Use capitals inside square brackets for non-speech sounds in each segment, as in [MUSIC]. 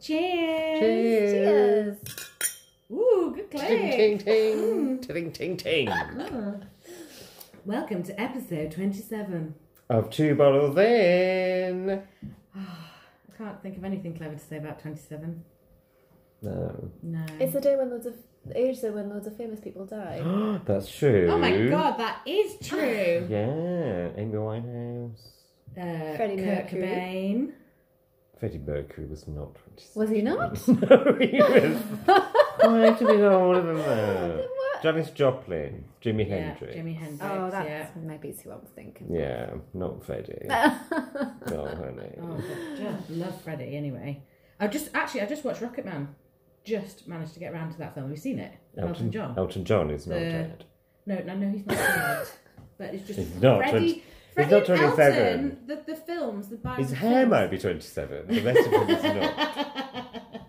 Cheers. Cheers. Cheers. Ooh, good clap. Ting ting ting. Ting ting ting. Hmm. Ah. Welcome to episode 27. Of two bottles in. I can't think of anything clever to say about 27. No. [GASPS] No. It's the day when loads of the age day when loads of famous people [GASPS] [GASPS] die. That's true. oh my god, that is [SIGHS] true. Yeah. Amy Winehouse. Uh, Freddie Kurt Mercury. Cobain. Freddie Mercury was not 27. Was he not? [LAUGHS] no, [LAUGHS] he was. I have to be older than that. Janis Joplin. Jimi yeah, Hendrix. Jimi Hendrix. Oh, yeah. maybe who I was thinking. Yeah, not Freddie. [LAUGHS] oh, honey. Oh, but just love Freddie anyway. I just actually I just watched Rocket Man. Just managed to get around to that film. Have you seen it? Elton John. Elton John is not The- dead. No, no, no, he's not dead. But it's just He's not Freddie. 20 Freddie not and 27. Elton, the, the films, the bio. His hair might be 27. The rest of him [LAUGHS] is not.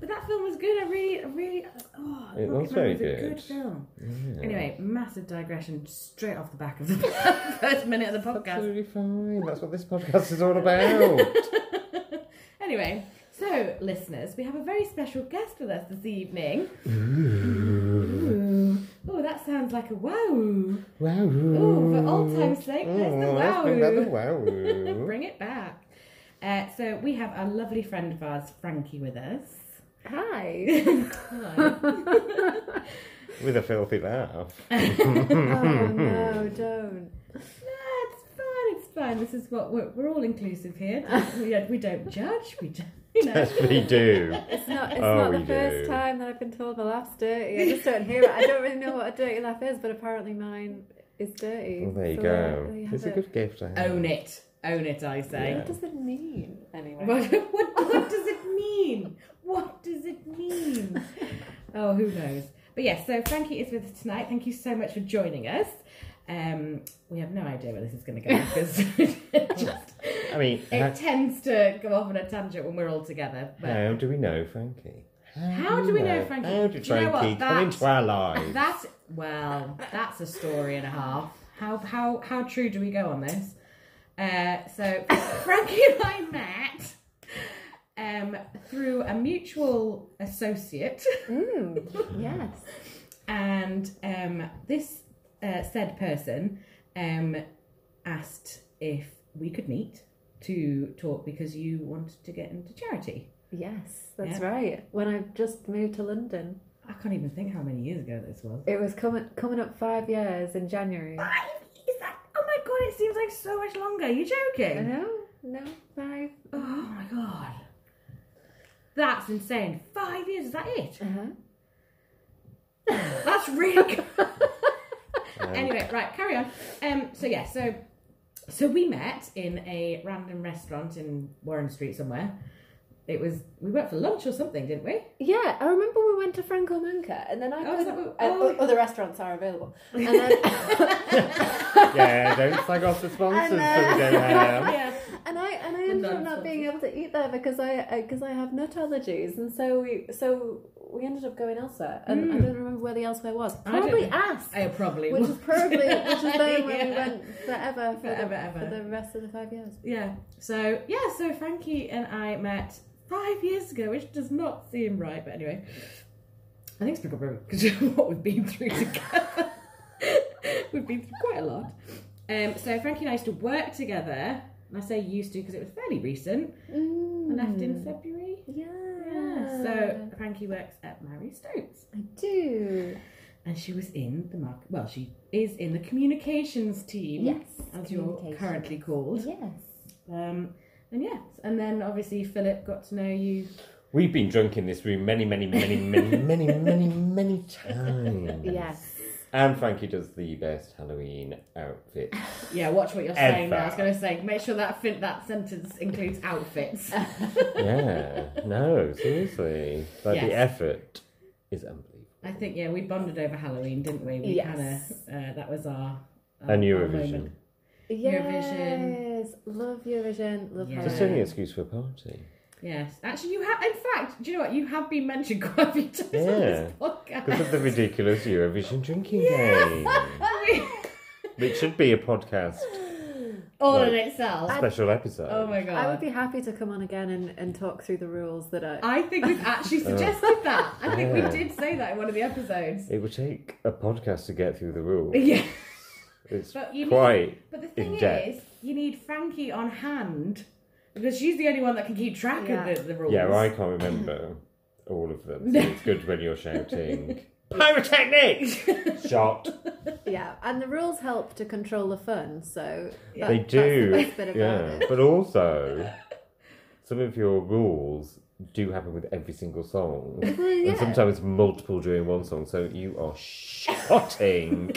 But that film was good. I really, I really. Oh, It Rocket was Man very was A good. good film. Yeah. Anyway, massive digression straight off the back of the [LAUGHS] first minute of the podcast. Absolutely fine. That's what this podcast is all about. [LAUGHS] Anyway, so listeners, we have a very special guest with us this evening. Ooh. Oh, that sounds like a wow. wow. Oh, Oh, for old time's sake, there's the let's bring back the wow. wow. Bring it back. Uh, so we have a lovely friend of ours, Frankie, with us. [LAUGHS] Hi. With a filthy laugh. [LAUGHS] oh no, don't. No, it's fine. It's fine. This is what we're, we're all inclusive here. We don't, we don't judge. We don't. [LAUGHS] You know. Yes, we do. It's not. It's Oh, not the we first do. time that I've been told my laugh's dirty. I just don't hear it. I don't really know what a dirty laugh is, but apparently mine is dirty. Well, there you So go. there you It's a have good gift to have. Own it. Own it. I say. What does it mean anyway? [LAUGHS] What, what, what does it mean? What does it mean? Oh, who knows? But yes, so Frankie is with us tonight. Thank you so much for joining us. Um, we have no idea where this is going to go because [LAUGHS] it just- I mean, it tends to go off on a tangent when we're all together. how, But how do we know Frankie? How do we know Frankie? How did Do you know what? Frankie come That- into our [LAUGHS] lives? that, well, that's a story and a half. How how how true do we go on this? Uh, so [LAUGHS] Frankie and I met um, through a mutual associate. Yes. and um, this uh, said person um, asked if we could meet to talk because you wanted to get into charity. Yes, that's right. When I just moved to London, I can't even think how many years ago this was. it was coming coming up five years in January. Is that? Oh my god! It seems like so much longer. You're joking? No, no, five. Oh my god! That's insane. Five years? Is that it? [LAUGHS] Uh-huh. That's really good. anyway, right, carry on. Um, so yeah, so so we met in a random restaurant in Warren Street somewhere. It was we went for lunch or something, didn't we? Yeah, I remember we went to Franco Manca, and then I Oh, is couldn't. that what- uh, oh. o- other restaurants [LAUGHS] are available, and then [LAUGHS] yeah, don't slag off the sponsors that we don't have. [LAUGHS] Yeah. and I and I ended up dance not being able to eat there because I because I have nut allergies, and so we so we ended up going elsewhere, and I don't remember where the elsewhere was. Hmm. don't Probably know. asked. Oh, probably. Which is [LAUGHS] probably which is there where we Yeah. went forever for, Forever, the, ever. for the rest of the five years. Yeah. So yeah, so Frankie and I met five years ago, which does not seem right, but anyway. I think it's probably because of what we've been through [LAUGHS] together. we've been through quite a lot. Um, so Frankie and I used to work together. And I say used to because it was fairly recent. Mm. I left in February. Hmm. Mm. Yeah. Yeah. So Frankie works at Mary Stokes, I do. and she was in the market. Well, she is in the communications team. Yes. as you're communication. currently called. Yes. Um, and yes, and then obviously Philip got to know you. We've been drunk in this room many, many, many, many, many, [LAUGHS] many, many times. Yes. And Frankie does the best Halloween outfit. Yeah, watch what you're saying. Now. I was Ever. going to say, make sure that fin- that sentence includes [LAUGHS] outfits. yeah. No, seriously. Like the Yes. effort is unbelievable. I think yeah, we bonded over Halloween, didn't we? We Yes. kind of uh, that was our, our And our Eurovision. moment. Eurovision. Yes, love Eurovision, love Yeah. Just Halloween. only excuse for a party. Yes, actually, you have. In fact, do you know what? You have been mentioned [LAUGHS] quite a few times on this Because of podcast. [LAUGHS] the ridiculous Eurovision drinking game. Which should be a podcast all in Right. itself. Special episode. oh my I would god. be happy to come on again and, and talk through the rules that are. I think we've [LAUGHS] actually suggested that. I think Yeah. we did say that in one of the episodes. It would take a podcast to get through [LAUGHS] the rules. Yeah. It's But you quite. But the thing in depth. is, you need Frankie on hand because she's the only one that can keep track Yeah. of the, the rules. Yeah, well, I can't remember all of [LAUGHS] them. So it's good when you're shouting [LAUGHS] pyrotechnics. Shot. Yeah, and the rules help to control the fun, so. that- They that's do. the best bit about yeah, it. but also some of your rules do happen with every single song, Well, and yeah. sometimes multiple during one song. So you are shotting.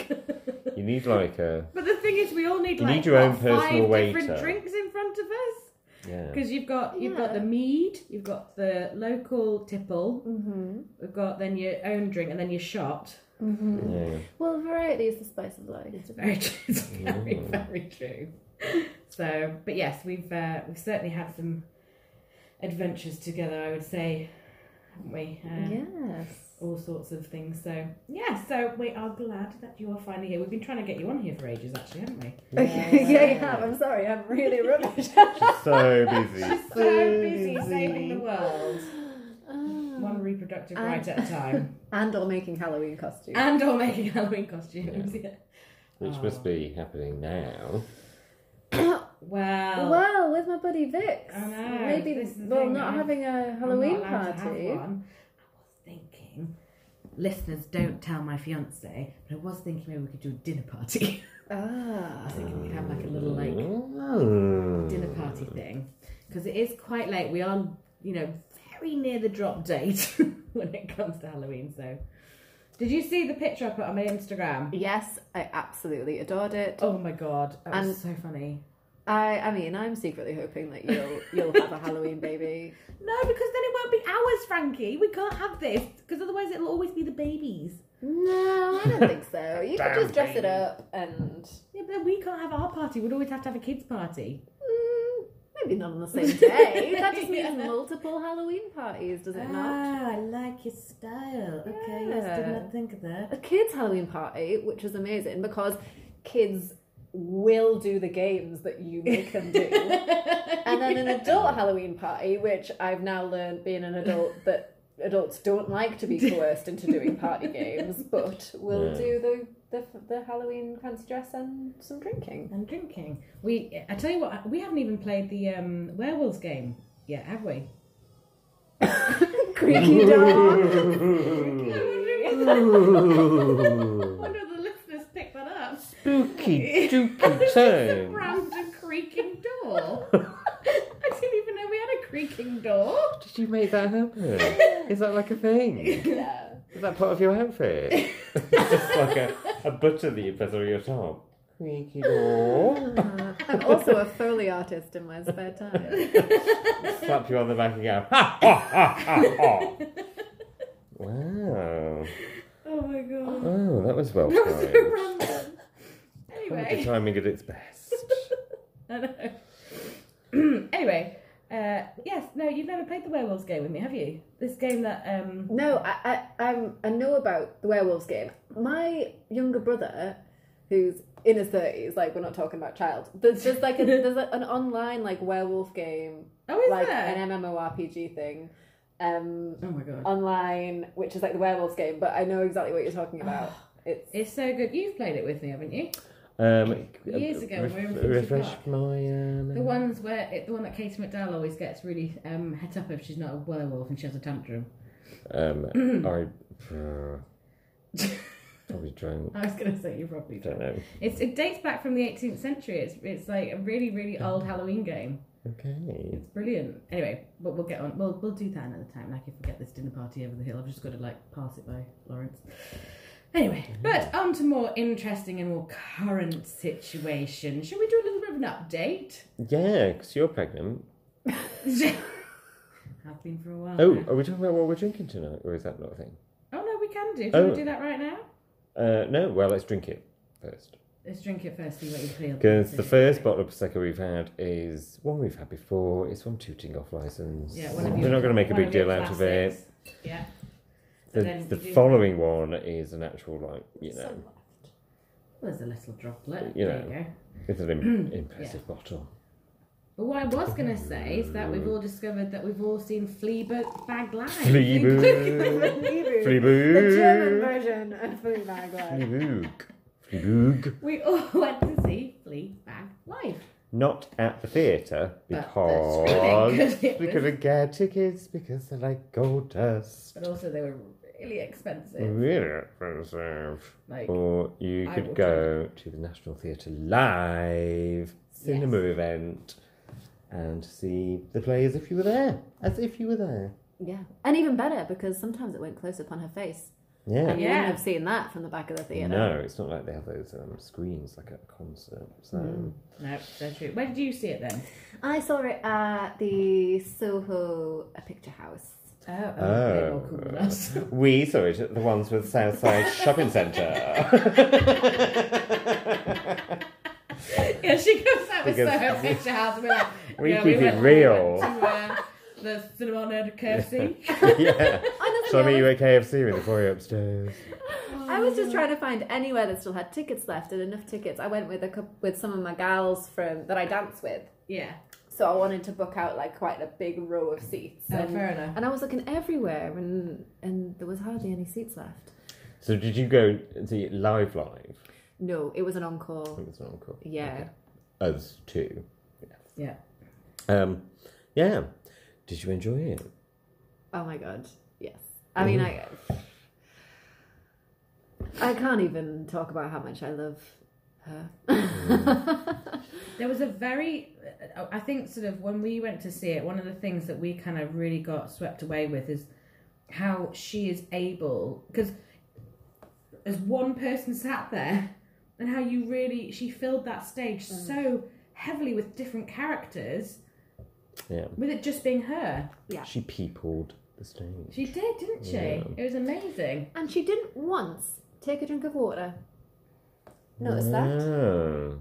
you need like a But the thing is, we all need You like need your own what, personal five waiter. different drinks in front of us yeah. because you've got you've got Yeah. the mead, you've got the local tipple, Mhm. we've got then your own drink, and then your shot. yeah. Well, variety is the spice of life. It's very [LAUGHS] true. It's very very true. So, but yes, we've uh, we've certainly had some adventures together. I would say, haven't we? Uh, Yes. all sorts of things. So yeah, so we are glad that you are finally here. We've been trying to get you on here for ages, actually, haven't we? Okay, yeah, you have. I'm sorry, I'm [LAUGHS] really rubbish. She's so busy. So busy saving the world, one reproductive And- right at a time, and or making Halloween [LAUGHS] costumes. [COUGHS] and or making Halloween costumes. Yeah. Which must be happening now. Well, well, with my buddy Vix. Oh. I know, Maybe, this is the well, thing, not I'm- having a I'm not Halloween allowed to have party. one. I was thinking. Listeners, don't tell my fiance, but I was thinking maybe we could do a dinner party. [LAUGHS] I Ah. was thinking we could have like a little like dinner dinner party thing because it is quite late. We are, you know, very near the drop date [LAUGHS] when it comes to Halloween. So, did you see the picture I put on my Instagram? Yes, I absolutely adored it. Oh my god, that was And- so funny. I, I mean, I'm secretly hoping that you'll you'll have a Halloween baby. No, because then it won't be ours, Frankie. We can't have this because otherwise it'll always be the babies. No, I don't think so. You could Damn just dress it baby. up and Yeah, but then we can't have our party. We'd always have to have a kids' party. mm, maybe not on the same day. that just means multiple Halloween parties, does it not? Ah, I like your style. Okay, yes, did not think of that. A kids' Halloween party, which is amazing because kids will do the games that you make them [LAUGHS] do. and then an adult Halloween party, which I've now learned being an adult that adults don't like [LAUGHS] to be coerced into doing party games, but we'll Yeah. do the, the the Halloween fancy dress and some [LAUGHS] drinking. And drinking. We, I tell you what, we haven't even played the um, werewolves game yet, have we? Creaky dog. [LAUGHS] wonder if the listeners picked that up. [LAUGHS] [LAUGHS] [LAUGHS] Spooky dooky It's just a tone. random creaking door. I didn't even know we had a creaking door. Did you make that happen? Is that like a thing? Yeah. Is that part of your outfit? It's like a, a button that you press on your top. Creaky door. I'm also a Foley artist in my spare time. Slap you on the back and go, ha ha ha ha ha. Wow. Oh my god. Oh, that was well That was so timed. random. Comedy Anyway. timing at its best. I know. [CLEARS THROAT] anyway. Uh, yes, no, you've never played the werewolves game with me, have you? This game that um No, I, I I'm I know about the werewolves game. My younger brother, who's in his thirties, like we're not talking about child. There's just [LAUGHS] like a, there's a, an online like werewolf game Oh is like there? an MMORPG thing um, oh my god. online, which is like the werewolves game. But I know exactly what you're talking about. It's It's so good. You've played it with me, haven't you? Um, Years ago, ref- we were in Finchley refresh Park. my. Uh, The ones where it, the one that Katie McDowell always gets really um, het up if she's not a werewolf and she has a tantrum. [CLEARS THROAT] Um, I uh, probably drank. I was going to say you probably I don't don't. know. It's, it dates back from the 18th century. It's it's like a really really old Halloween game. Okay. It's brilliant. Anyway, but we'll get on. We'll we'll do that another time. Like if we get this dinner party over the hill, I've just got to like pass it by Lawrence. Anyway, Mm-hmm. but on to more interesting and more current situation. Shall we do a little bit of an update? [LAUGHS] Yeah, because you're pregnant. Have been for a while. Oh, now. are we talking about what we're drinking tonight, or is that not a thing? oh no, we can do. Do you want Oh. to do that right now? Uh, no. Well, let's drink it first. Let's drink it first, see what you feel. Because the first bottle of prosecco we've had is one we've had before. It's from Tooting Off License. Yeah, one of We're your- not going to make a one big of your deal out of it. classics. Yeah. So The, then the you do- [CLEARS THROAT] [LAUGHS] following one is an actual like you know. so There's a little droplet. You there know. you go. It's an im- impressive [LAUGHS] bottle. But what I was going to say is that we've all discovered that we've all seen Fleabag Bag Live. Fleabag. Fleabag. The Fleabag. German version of Fleabag Live. Fleabag. Fleabag. [LAUGHS] We all went to see Fleabag Live. Not at the theatre But [LAUGHS] because that's because it was- because I get tickets because they like gold dust. But also they were really expensive. Really expensive. Like, Or you I could would go to the National Theatre Live cinema event and see the play as if you were there. As if you were there. Yeah. And even better because sometimes it went close up on her face. Yeah. And you wouldn't Yeah. have seen that from the back of the theatre. No, it's not like they have those um, screens like at a concert. So no, so true. Where did you see it then? I saw it at the Soho Picture House. Oh, Oh. they were more cool than us. we saw it at the ones with [LAUGHS] Southside Shopping [LAUGHS] Centre. [LAUGHS] yeah, she comes out with Because- Soho Picture House and we're like, [LAUGHS] We yeah, keep it went, real. We went to, uh, the Cinema [LAUGHS] Nerd KFC. yeah. Honestly, So I I meet you was- at KFC with the boy upstairs. I was just trying to find anywhere that still had tickets left and enough tickets. I went with a coup- with some of my gals from that I dance with. Yeah. So I wanted to book out like quite a big row of seats. Oh, and, fair enough. and I was looking everywhere and and there was hardly any seats left. So did you go and see it live live? No, it was an I encore. think it's not cool. Yeah. Okay. Us two. Yeah. Um, yeah. Did you enjoy it? Oh my god. Yes. I mean I I can't even talk about how much I love her. [LAUGHS] There was a very, uh, I think, sort of when we went to see it, one of the things that we kind of really got swept away with is how she is able, because as one person sat there, and how you really, she filled that stage Mm. so heavily with different characters, Yeah. with it just being her. Yeah. She peopled the stage. She did, didn't she? Yeah. It was amazing. and she didn't once take a drink of water. Notice that? Oh.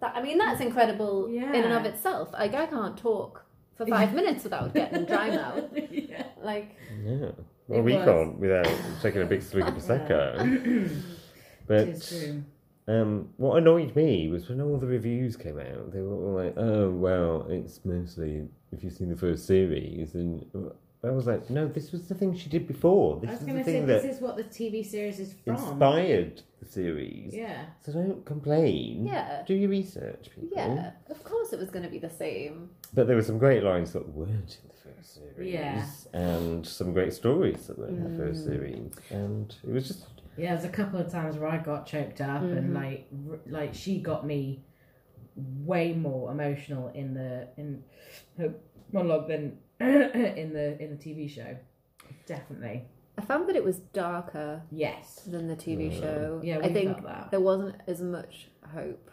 That, I mean, that's incredible in and Yeah. of itself. Like, I can't talk [LAUGHS] for five minutes without getting dry mouth. yeah. Like, Yeah. Well, It we was. can't without taking a big swig [LAUGHS] of prosecco. It but is true. um, what annoyed me was when all the reviews came out, they were all like, "Oh, well, it's mostly if you've seen the first series," and I was like, "No, this was the thing she did before. I was This is going to the say, thing this that is what the TV series is from. inspired the series." Yeah. So don't complain. Yeah. Do your research, people. yeah, Oh. of course it was going to be the same. But there were some great lines that weren't in the first series. Yeah. Mm. And some great stories that weren't in the first series. And it was just Yeah, there's a couple of times where I got choked up, Mm-hmm. and like, r- like she got me way more emotional in the in her monologue than [CLEARS THROAT] in the in the TV show. Definitely, I found that it was darker yes. than the TV show. Yeah, we I think felt that. there wasn't as much hope.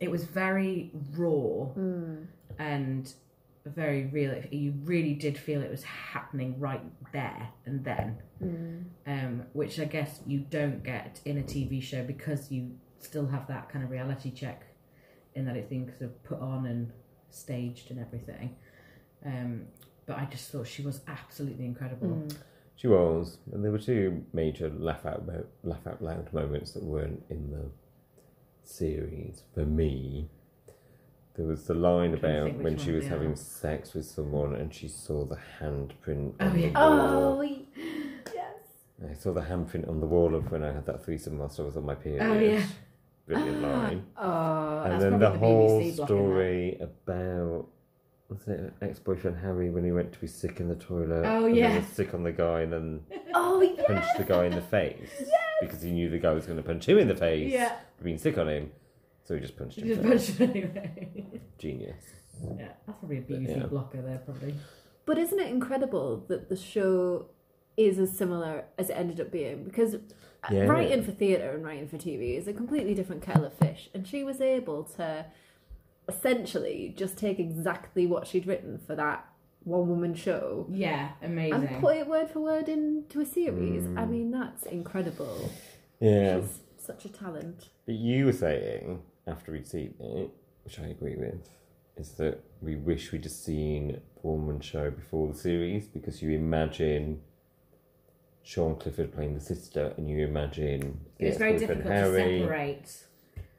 It was very raw Hmm, and very real. You really did feel it was happening right there and then, um, which I guess you don't get in a TV show because you still have that kind of reality check in that it's being sort of put on and staged and everything. Um, but I just thought she was absolutely incredible. She was, and there were two major laugh out mo- laugh out loud moments that weren't in the series for me. There was the trying line to about think which when she one was they having are. sex with someone and she saw the handprint Oh, on the yeah. Oh. wall. [GASPS] yes. I saw the handprint on the wall of when I had that threesome whilst I was on my period. Oh, yeah. Ah. Brilliant line. [GASPS] Oh, and that's then the, probably the whole BBC blocking story about was it ex boyfriend Harry when he went to be sick in the toilet. Oh, and then yeah. was sick on the guy [LAUGHS] and then oh yeah. punched the guy in the face because he knew the guy was going to punch him in the face Yeah. for being sick on him. So he just punched him. Just in the face. punch her [LAUGHS] anyway. Genius. yeah, that's probably a BBC Yeah. blocker there, probably. But isn't it incredible that the show is as similar as it ended up being? Because Yeah. writing for theatre and writing for TV is a completely different kettle of fish. And she was able to essentially just take exactly what she'd written for that one woman show Yeah, amazing. and put it word for word into a series. I mean, that's incredible. Mm. Yeah. She's such a talent. But you were saying after we'd seen it, which I agree with, is that we wish we'd just seen the one woman show before the series because you imagine Sean Clifford playing the sister, and you imagine the It's very ex-boyfriend difficult Harry. to separate.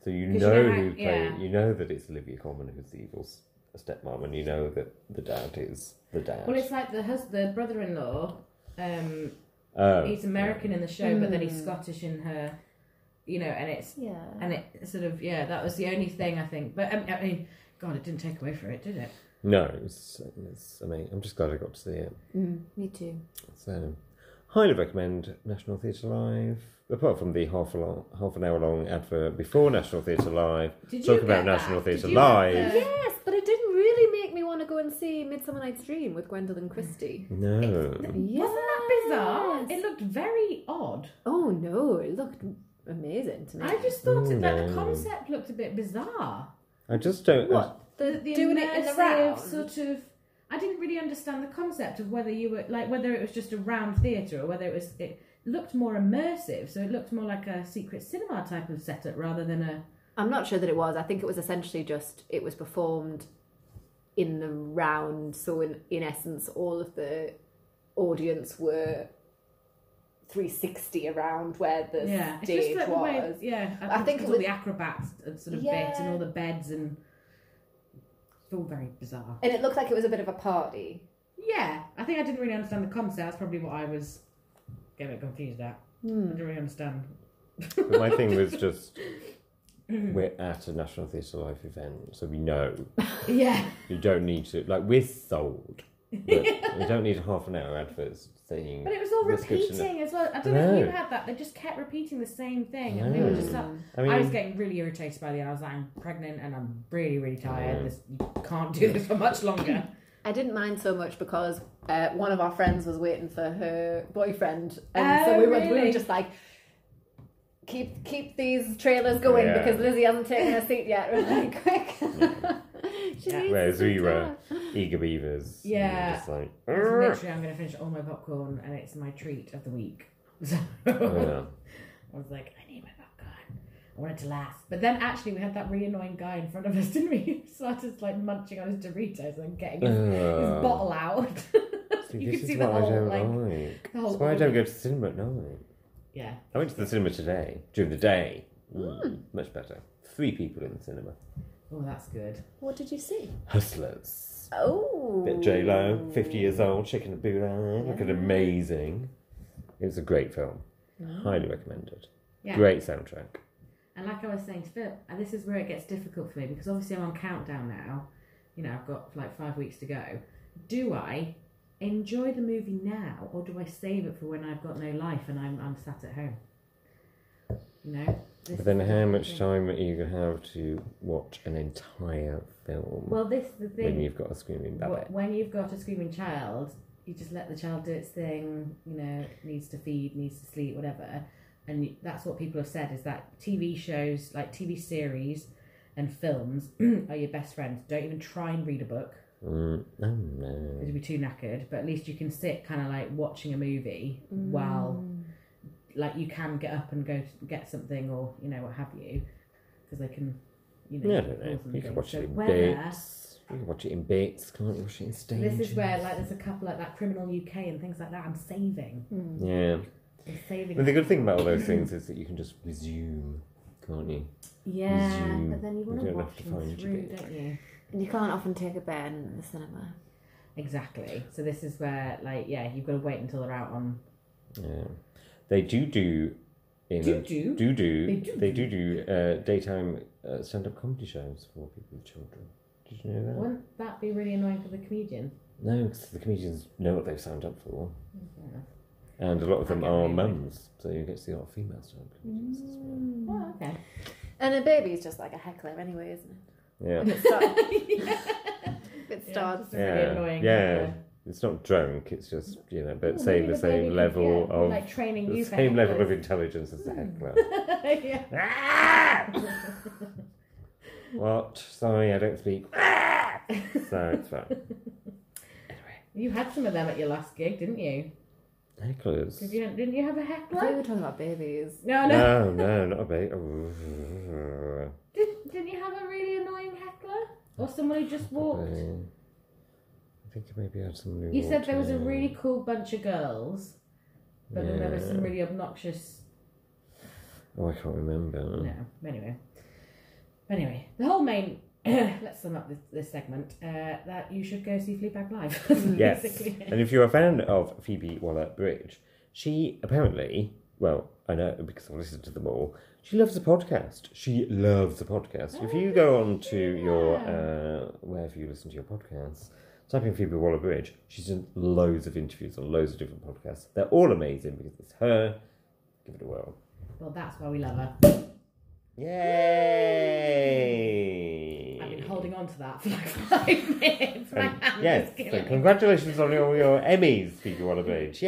So you 'Cause you know know how- who played. yeah. You know that it's Olivia Colman who's the evil s- stepmom, and you know that the dad is the dad. Well, it's like the husband, the brother-in-law. Um, Oh, he's American in the show, but then he's Scottish in her. You know, and it's Yeah. and it sort of yeah, that was the only thing I think. But um, I mean, God, it didn't take away from it, did it? yeah. No, it's, it's. I mean, I'm just glad I got to see it. me too. So, highly recommend National Theatre Live. Apart from the half a long, half an hour long advert before National Theatre Live, Did talk you get about that? National Did Theatre you get Live. the- Yes, but it didn't really make me want to go and see Midsummer Night's Dream with Gwendolyn Christie. No, Wasn't that bizarre? Yes. It looked very odd. Oh no, it looked amazing to me. I just thought it, that Mm. the concept looked a bit bizarre. I just don't. I- what the, doing it in the immersive round. sort of. I didn't really understand the concept of whether you were like whether it was just a round theatre or whether it was. It looked more immersive, so it looked more like a secret cinema type of setup rather than a. I'm not sure that it was. I think it was essentially just it was performed in the round. So in in essence, all of the audience were 360 around where the yeah, it's stage just like the was. way. Yeah, I think it's it all was- the acrobats and sort of bits and Yeah. all the beds and. It's all very bizarre. And it looked like it was a bit of a party. Yeah, I think I didn't really understand the concept. That's probably what I was getting confused at. I didn't really understand. But [LAUGHS] my thing was just we're at a National Theatre Live event, so we know Yeah. you don't need to. Like we're sold. But you don't need a half an hour adverts saying. But it was all That's good to know. repeating as well. I don't know if No. you had that. They just kept repeating the same thing, and we were just like, I I was mean, getting really irritated by the end. I was like, I'm pregnant and I'm really, really tired. This you can't do this for much [LAUGHS] longer. I didn't mind so much because uh, one of our friends was waiting for her boyfriend, and so Oh, we were, we were really? just like, keep keep these trailers going Yeah. because Lizzie hasn't taken her seat yet. [LAUGHS] Really quick. she Yeah. needs whereas to we sit were down. eager beavers. and we were Yeah. Just like. It's "Arr!" literally, I'm going to finish all my popcorn, and it's my treat of the week. [LAUGHS] So [LAUGHS] Yeah. I was like, I need my popcorn. I want it to last. But then actually, we had that really annoying guy in front of us, [LAUGHS] didn't we? He started like munching on his Doritos and getting his, his Ugh. bottle out. Uh, [LAUGHS] See, you could this is see the what I whole don't like like. the whole That's why I don't audience. go to cinema at night. yeah. I went to the cinema today during the day. Hmm. Mm, Much better. Three people in the cinema. Oh, that's good. What did you see? Hustlers. Oh, Bit J Lo, fifty years old, chicken and boudin, looking amazing. It was a great film. Highly recommended. Oh. Yeah. Great soundtrack. And like I was saying to Phil, and this is where it gets difficult for me because obviously I'm on countdown now. You know, I've got like five weeks to go. Do I enjoy the movie now, or do I save it for when I've got no life and I'm I'm sat at home? You know. This But then, is- how much time are you gonna have to watch an entire film Well, this is the when thing. you've got a screaming Wh- babbit? When you've got a screaming child, you just let the child do its thing. You know, needs to feed, needs to sleep, whatever. And y- that's what people have said is that TV shows, like TV series, and films [CLEARS THROAT] are your best friends. Don't even try and read a book. Mm, oh no. It'd be too knackered, but at least you can sit kind of like watching a movie Mm. while, like, you can get up and go to get something or you know what have you, because they can, you know. No, I don't know. pause and You can things. watch So it in whether- bits. You can watch it in bits. Can't you watch it in stages? This is where like there's a couple like that criminal UK and things like that. I'm saving. Mm. Yeah. I'm saving. But the good thing about all those things is that you can just resume, can't you? yeah, resume. but then you want You to don't have watch to them find your through, bit. don't you? And you can't often take a bear in the cinema. Exactly. So this is where like yeah, you've got to wait until they're out on. Yeah. They do do in Do-do? do do They do they do do uh, daytime uh, stand up comedy shows for people with children. Did you know that? Wouldn't that be really annoying for the comedian? No, because the comedians know what they've signed up for, Fair enough. and a lot of them Okay. are mums, so you get to see a lot of female stand up comedians as well. Mm. Oh, [LAUGHS] okay. And a baby's just like a heckler anyway, isn't it? Yeah, [LAUGHS] If it starts, if it Yeah, starts just a really yeah, annoying yeah. heckler. It's not drunk. It's just you know, but Well, say maybe the baby same could, level yeah, of like training the you for same level of hecklers. intelligence as the Mm. heckler. [LAUGHS] yeah. What? Sorry, I don't speak. Ah! [LAUGHS] so it's fine. [LAUGHS] You had some of them at your last gig, didn't you? Hecklers. Did you didn't you have a I thought you heckler? were talking about babies. No, no. No, no, not a bait. Oh, Did, didn't you have a really annoying heckler or someone who just walked? probably. I think maybe I had some new. You said there was a really cool bunch of girls but then there was some Yeah. really obnoxious. Oh, I can't remember. No, anyway. Anyway, the whole main. [CLEARS THROAT] let's sum up this, this segment. Uh, that you should go see Fleabag live. [LAUGHS] That's Yes. basically it. And if you're a fan of Phoebe Waller Bridge, she apparently, well, I know because I've listened to them all, she loves a podcast. She loves a podcast. if you go on to Oh, your, uh, wherever you listen to your podcasts, type in Phoebe Waller Bridge, she's done loads of interviews on loads of different podcasts. They're all amazing because it's her. Give it a whirl. Well, that's why we love her. Yay! I've been holding on to that for like five [LAUGHS] minutes. My And hand yes, is so killing me. congratulations on all your Emmys, Phoebe Waller Bridge.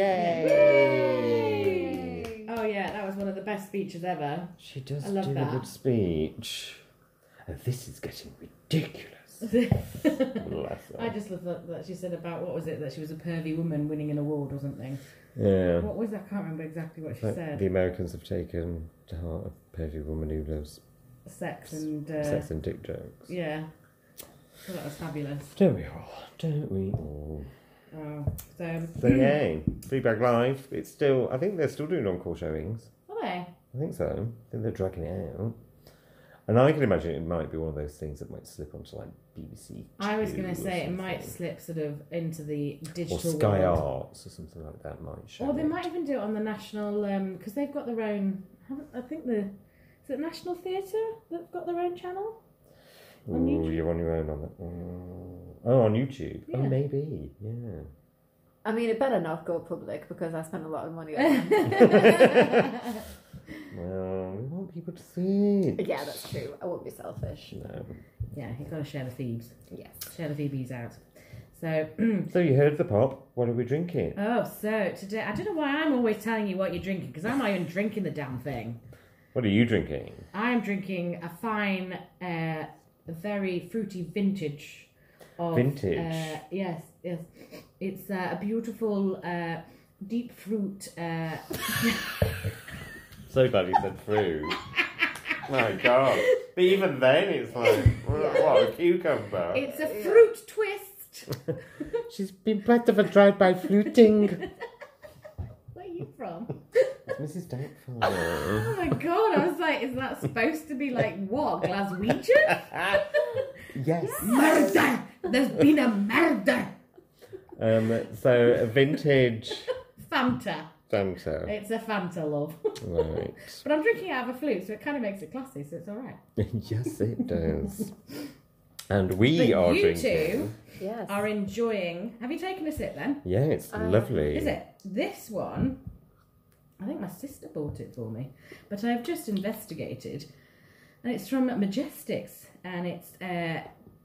Yay! Oh yeah, that was one of the best speeches ever. [LAUGHS] She does I love do that. a good speech. And this is getting [LAUGHS] ridiculous. Bless her. I just love that, that she said about what was it that she was a pervy woman winning an award or something. yeah. What was that? I can't remember exactly what she Like, said. the Americans have taken to heart a pervy woman who loves Sex and uh, sex and dick jokes. yeah, so that was fabulous. Don't we all? Don't we all? Oh, so [CLEARS THROAT] So yay! Feedback Live. It's still. I think they're still doing encore showings. are they? I think so. I think they're dragging it out. And I can imagine it might be one of those things that might slip onto like BBC. I was Two going or to say it might something. slip sort of into the digital or Sky world. Arts or something like that might show. Or they it. might even do it on the national, because they've got their own. haven't- I think the is it National Theatre that've got their own channel. [LAUGHS] on Ooh, YouTube. you're on your own on that. Mm. Oh, on YouTube. Oh, Yeah. maybe. Yeah. I mean, it better not go public because I spent a lot of money [LAUGHS] on them. Well, we want people to see it. yeah, that's true. I won't be selfish. No. yeah, you've got to share the Thebes, Yes. share the Thebes out. So, [CLEARS THROAT] So you heard the pop. What are we drinking? oh, so today I don't know why I'm always telling you what you're drinking because I'm not even drinking the damn thing. What are you drinking? I am drinking a fine, uh, very fruity vintage. Of, Vintage? Uh, yes, yes. It's uh, a beautiful uh, deep fruit. Uh, So glad you said [LAUGHS] fruit. My God. But even then, it's like, what, what a cucumber. it's a fruit twist. She's been blessed of a drive by [LAUGHS] fluting. Where are you from? Mrs. Doubtfire. Oh my god, I was like, is that supposed to be like what, Glaswegian? yes. murder! There's been a murder! Um, so, a vintage Fanta. Fanta. It's a Fanta love. Right. [LAUGHS] but I'm drinking it out of a flute, so it kind of makes it classy, so it's alright. yes, it does. And we But are you drinking. Yes. [GASPS] Are enjoying. Have you taken a sip then? Yeah, it's Um, lovely. Is it? This one, I think my sister bought it for me, but I've just investigated. And it's from Majestics, and it's uh,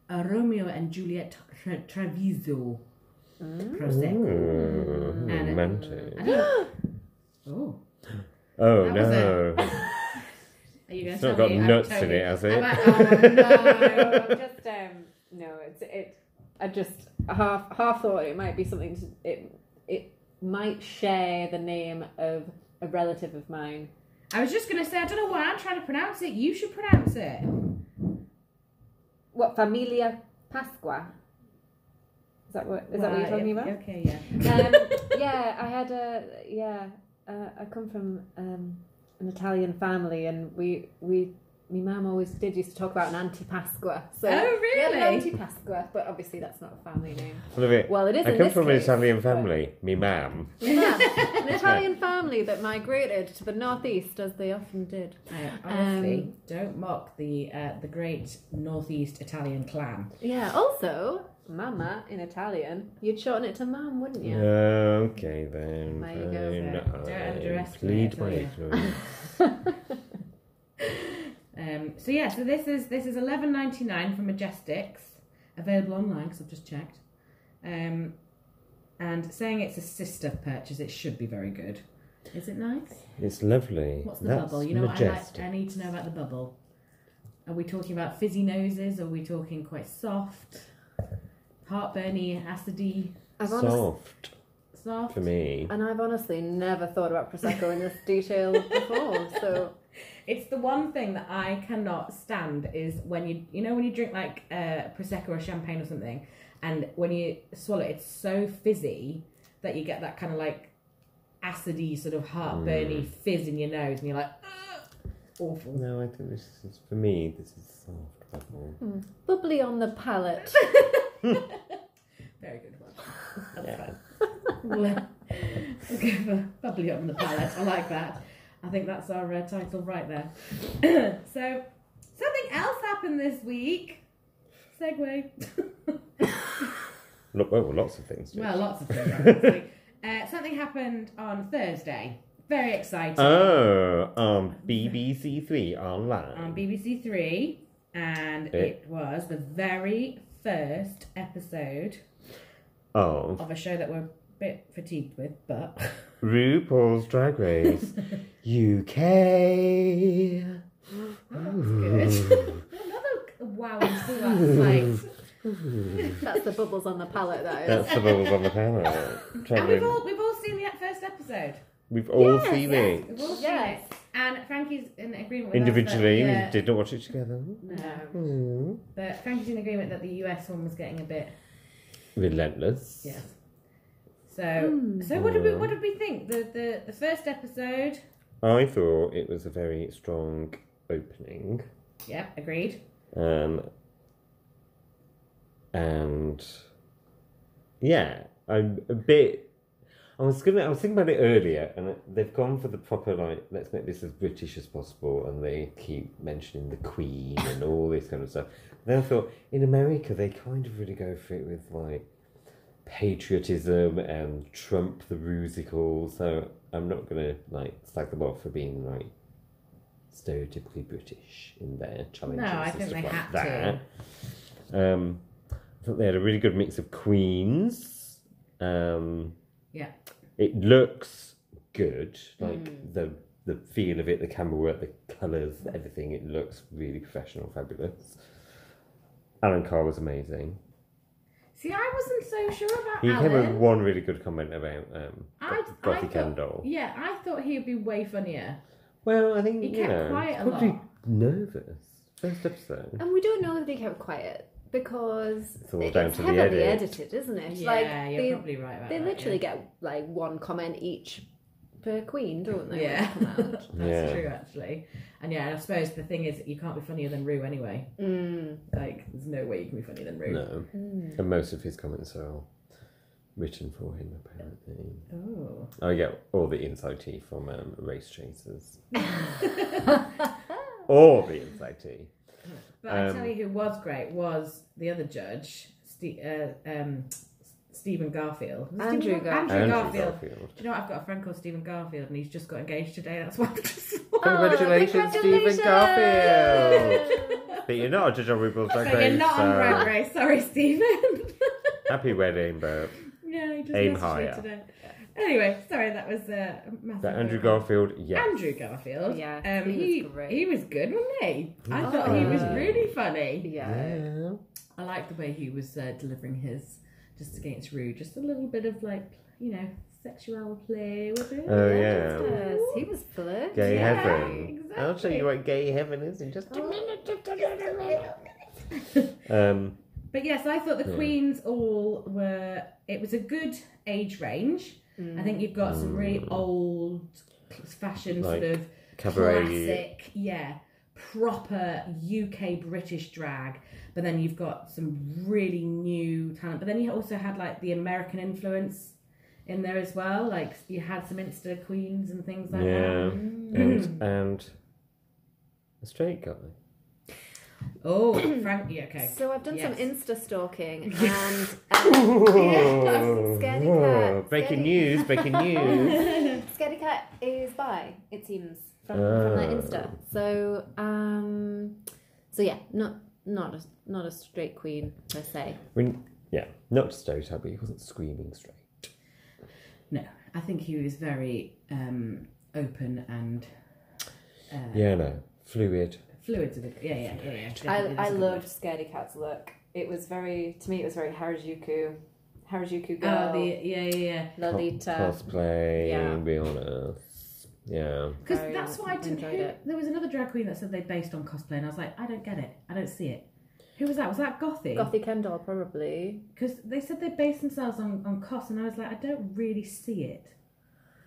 a Romeo and Juliet tra- Treviso. Mm. Prosecco. Ooh, And- romantic. I don't- oh. Oh That was no! Are you going It's to not tell got me I'm nuts in totally- it, has I'm it? like, oh, no, just um, no. It's it. I just half half thought it might be something. To, it it might share the name of a relative of mine. I was just going to say, I don't know why I'm trying to pronounce it. You should pronounce it. What familia Pasqua? Is that what is that what you're Right, talking okay, about? Okay, yeah. [LAUGHS] um, yeah, I had a yeah. Uh, I come from um, an Italian family, and we we my mum always did used to talk about an antipasqua. So Oh, really? Yeah, antipasqua, but obviously that's not a family name. Love it. Well, it is. I in come this from an case, [LAUGHS] Italian but- family. Me ma'am. My mum, an Italian family that migrated to the northeast, as they often did. I honestly Um, don't mock the uh, the great northeast Italian clan. Yeah. Also, mama in Italian, you'd shorten it to mum, wouldn't you? Okay then. There you go, fine. Sarah. Don't I underestimate, plead my I tell you. ignorance. Um, so yeah, so this is this is eleven ninety nine from Majestics, available online because I've just checked. Um, and saying it's a sister purchase, it should be very good. Is it nice? It's lovely. What's the That's bubble? You know, what I like. majestic. I need to know about the bubble. Are we talking about fizzy noses? Are we talking quite soft, heartburny, acidy, I've honestly, Soft soft? for me. and I've honestly never thought about prosecco in this detail before. So It's the one thing that I cannot stand is when you you know when you drink like uh, prosecco or champagne or something, and when you swallow it, it's so fizzy that you get that kind of like acidy sort of heartburny fizz in your nose, and you're like, "Ugh, awful. No, I think this is for me. This is soft bubble. Bubbly on the [LAUGHS] palate. Very good one. Yeah. Well, okay, well, bubbly up on the palate. I like that. I think that's our uh, title right there. [CLEARS THROAT] so, something else happened this week. Segway. Look, well, lots of things. Jess. well, lots of things. happened this week. [LAUGHS] Uh, something happened on Thursday. Very exciting. Oh, on BBC Three online. on BBC Three, and it was the very first episode of of a show that we're a bit fatigued with, but [LAUGHS] RuPaul's Drag Race UK. that's good. Another wow, so [LAUGHS] that's like. That's the bubbles on the palate, that is. That's the bubbles on [LAUGHS] the panel. And we've Travelling. all we've all seen the first episode. We've all Yes, seen yes. it We've all seen Yes. it. And Frankie's in agreement with individually. Us We that, yeah, did not watch it together. No, Hmm. but Frankie's in agreement that the US one was getting a bit Relentless. yeah. So Hmm. so what Uh. did we what did we think? The the the first episode. I thought it was a very strong opening. Yeah, agreed. Um, and yeah, I'm a bit. I was gonna. I was thinking about it earlier, and they've gone for the proper like. Let's make this as British as possible, and they keep mentioning the Queen and all this kind of stuff. then I thought, in America, they kind of really go for it with like patriotism and Trump the musical. So I'm not gonna like slag them off for being like stereotypically British in their challenges. I and think stuff they like had that. Um, I thought they had a really good mix of queens. Um, Yeah. Hmm. it looks good, like the the feel of it, the camera work, the colours, everything. It looks really professional, fabulous. Alan Carr was amazing. See, I wasn't so sure about He came with Alan. one really good comment about um, I- I Goth- Gothic thought- Candle. Yeah, I thought he'd be way funnier. Well, I think He you kept know, quiet a probably lot. nervous. First episode. And we don't know that he kept quiet because It's all down to the heavily edit. edited, isn't it? Yeah, like you're they, probably right about they that. literally get like one comment each per queen, don't they? when yeah. they come [LAUGHS] out? That's Yeah. true, actually. And yeah, and I suppose the thing is, that you can't be funnier than Rue anyway. Mm. Like, there's no way you can be funnier than Rue. No, and most of his comments are written for him apparently. Oh. I get all the inside tea from um, [LAUGHS] race chasers. all the inside tea. But I Um, tell you who was great was the other judge, Ste uh, um, Stephen Garfield. Was it Andrew Stephen Gar- Garfield. Andrew Andrew Garfield. Garfield. Do you know what? I've got a friend called Stephen Garfield and he's just got engaged today. That's why I've just Oh, so Congratulations, Stephen Garfield! [LAUGHS] but you're not a judge on RuPaul's Drag you're Race. not on so Drag uh, Race. Sorry, Stephen. [LAUGHS] happy wedding, but yeah, he just Aim messaged me higher. today. Anyway, sorry, that was uh, a massive. that Andrew Garfield. Garfield, yes. Andrew Garfield. Yes, um, he was he, great. he was good, wasn't he? I thought he was Oh. really funny. Yeah. Yeah. I like the way he was uh, delivering his just against Rue, just a little bit of like you know sexual play with it. Oh Yes, yeah. yes, he was flirty. Gay Yeah, heaven. I'll show exactly. you what gay heaven is in just a minute. just a little minute. um, But yes, I thought the queens all were. It was a good age range. I think you've got some really old fashioned Mm. Like sort of cabaret. classic, yeah, proper UK British drag. But then you've got some really new talent. But then you also had like the American influence in there as well. Like you had some Insta queens and things like yeah, that. and and a straight [LAUGHS] guy. [LAUGHS] Oh, [COUGHS] Frank, yeah, okay. So I've done Yes. some Insta [LAUGHS] stalking and um, Oh, Scaredy oh, cat, breaking scaredy- news! [LAUGHS] Breaking news! [LAUGHS] Scaredy Cat is by it seems from, from that Oh. Insta. So um, so yeah, not not a, not a straight queen per se. when, yeah, not stereotype, but he wasn't screaming straight. No, I think he was very um, open and uh, Yeah, no, fluid. fluid to the. Yeah, yeah, yeah. yeah I, definitely, I that's a good loved Scaredy Cat's look. It was very to me it was very Harajuku, Harajuku one. girl, Oh, the, yeah, yeah, yeah. Co- Lolita. cosplay. Yeah. Be honest. Yeah. Because Very that's well. why I didn't. Enjoyed Who, it. There was another drag queen that said they based on cosplay, and I was like, I don't get it. I don't see it. Who was that? Was that Gothy? Gothy Kendall probably. Because they said they based themselves on on cos, and I was like, I don't really see it.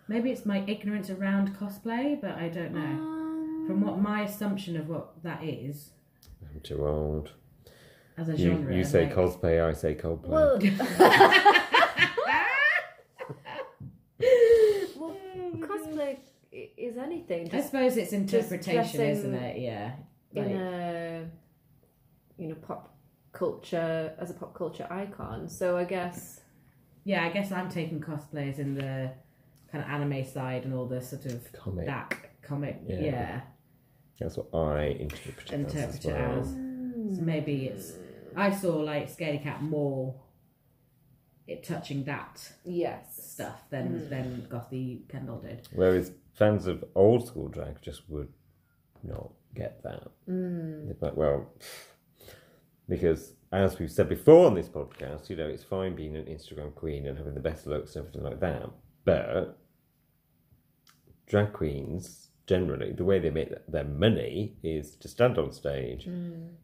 Maybe it's my ignorance around cosplay, but I don't know. Um, From what my assumption of what that is I'm too old. as a You, genre. you say like- [LAUGHS] cosplay, I say Coldplay. Well, well cosplay i- is anything. I Just suppose it's interpretation, dressing- isn't it? Yeah. Like, in a you know pop culture as a pop culture icon. So I guess yeah, I guess I'm taking cosplayers in the kind of anime side and all the sort of Comic. that comic. Yeah. Yeah. That's what I interpret it as. as Interpret it well. as. Hmm. So maybe it's. I saw like Scaredy Cat more it touching that yes. stuff than Hmm. than Gothy Kendall did. Whereas fans of old school drag just would not get that. It's like, well, because as we've said before on this podcast, you know, it's fine being an Instagram queen and having the best looks and everything like that, but drag queens generally, the way they make their money is to stand on stage in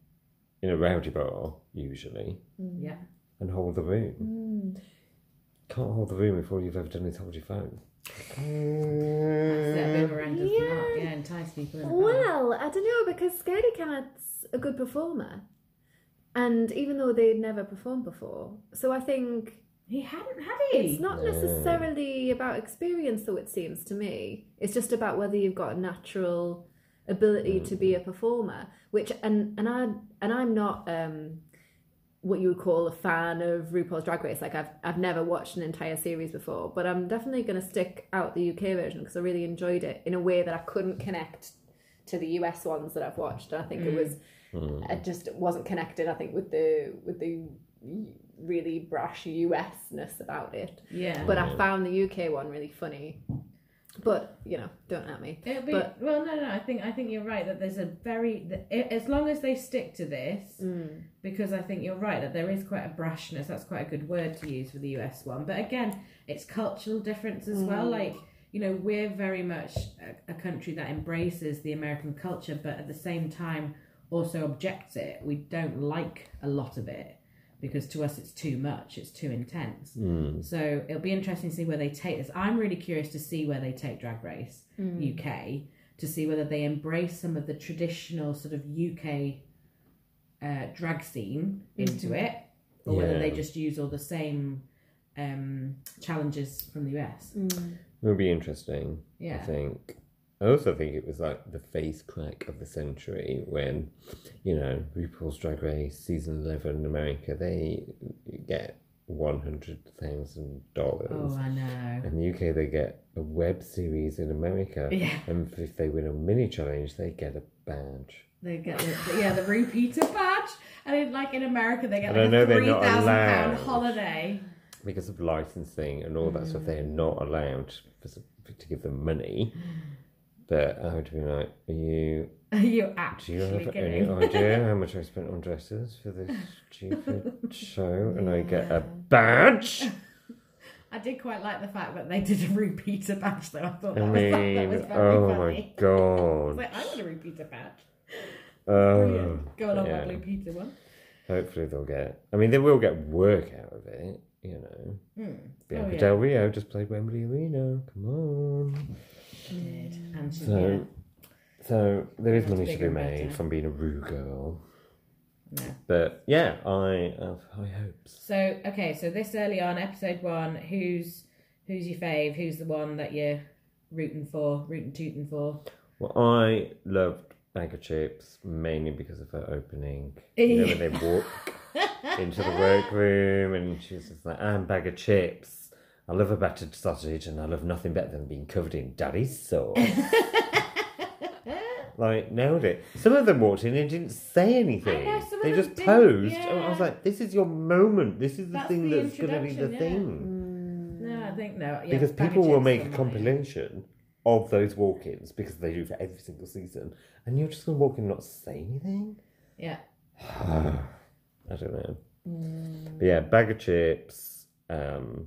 a rowdy bar, usually, Yeah. Hmm. and hold the room. Can't hold the room if all you've ever done is hold your phone. It's a bit of a random remark. yeah, entice people in a bar. Well, I don't know because Scaredy Cat's a good performer, and even though they'd never performed before, so I think He hadn't had it's it. not Yeah. necessarily about experience, though it seems to me. It's just about whether you've got a natural ability to be a performer, which and and I and I'm not um, what you would call a fan of RuPaul's Drag Race. Like I've I've never watched an entire series before, but I'm definitely going to stick out the UK version because I really enjoyed it in a way that I couldn't connect to the US ones that I've watched. And I think it was Hmm. I just wasn't connected. I think with the with the really brash USness about it. Yeah. But I found the UK one really funny. But you know, don't at me. It'll be but- well. No, no. I think I think you're right that there's a very that i- as long as they stick to this, because I think you're right that there is quite a brashness. That's quite a good word to use for the US one. But again, it's cultural difference as well. Like you know, we're very much a, a country that embraces the American culture, but at the same time also objects it. We don't like a lot of it because to us it's too much. It's too intense. Mm. So it'll be interesting to see where they take this. I'm really curious to see where they take Drag Race UK to see whether they embrace some of the traditional sort of UK uh, drag scene into it, or whether Yeah. they just use all the same um, challenges from the US. It would be interesting. I Yeah. think. I also think it was like the face crack of the century when, you know, RuPaul's Drag Race season eleven in America they get one hundred thousand dollars, Oh, I know. and the UK they get a web series in America, Yeah. and if they win a mini challenge they get a badge. They get the, yeah the repeater badge, and in, like in America they get And I like know a they're three not thousand pound allowed. holiday. [LAUGHS] because of licensing and all that stuff, they are not allowed for, s- to give them money. Mm. But I would be like, are you? Are you Do actually you have any kidding? [LAUGHS] idea how much I spent on dresses for this stupid show? And I get a badge. I did quite like the fact that they did a repeater badge, though. I thought [LAUGHS] I that, was, [LAUGHS] that was mean, very oh my funny. I was god. like, I want a repeater badge. Oh, Brilliant. Go along yeah. with my blue pizza one. hopefully they'll get. I mean, they will get work out of it. You know, Hmm. Bianca Oh, yeah. Del Rio just played Wembley Arena. Come on. And she, So, so there is That's money to bigger and be made better. from being a Rue girl. Yeah. But yeah, I have high hopes. So okay, so this early on, episode one, who's who's your fave? Who's the one that you're rooting for, rooting tooting for? Well, I loved Bag of Chips mainly because of her opening. You know, when they walk [LAUGHS] into the workroom and she's just like, I'm Bag of Chips. I love a battered sausage and I love nothing better than being covered in daddy's [LAUGHS] sauce. like, nailed it. Some of them walked in and didn't say anything. know, some of they them just didn't, posed. And I was yeah. like, this is your moment. This is the That's thing the that's going to be the introduction, yeah. thing. No, I think no. Yeah, because bag of people will chips make a somebody. compilation of those walk-ins because they do for every single season, and you're just gonna walk in and not say anything. [SIGHS] Yeah, I don't know. Mm. But yeah, bag of chips. Um,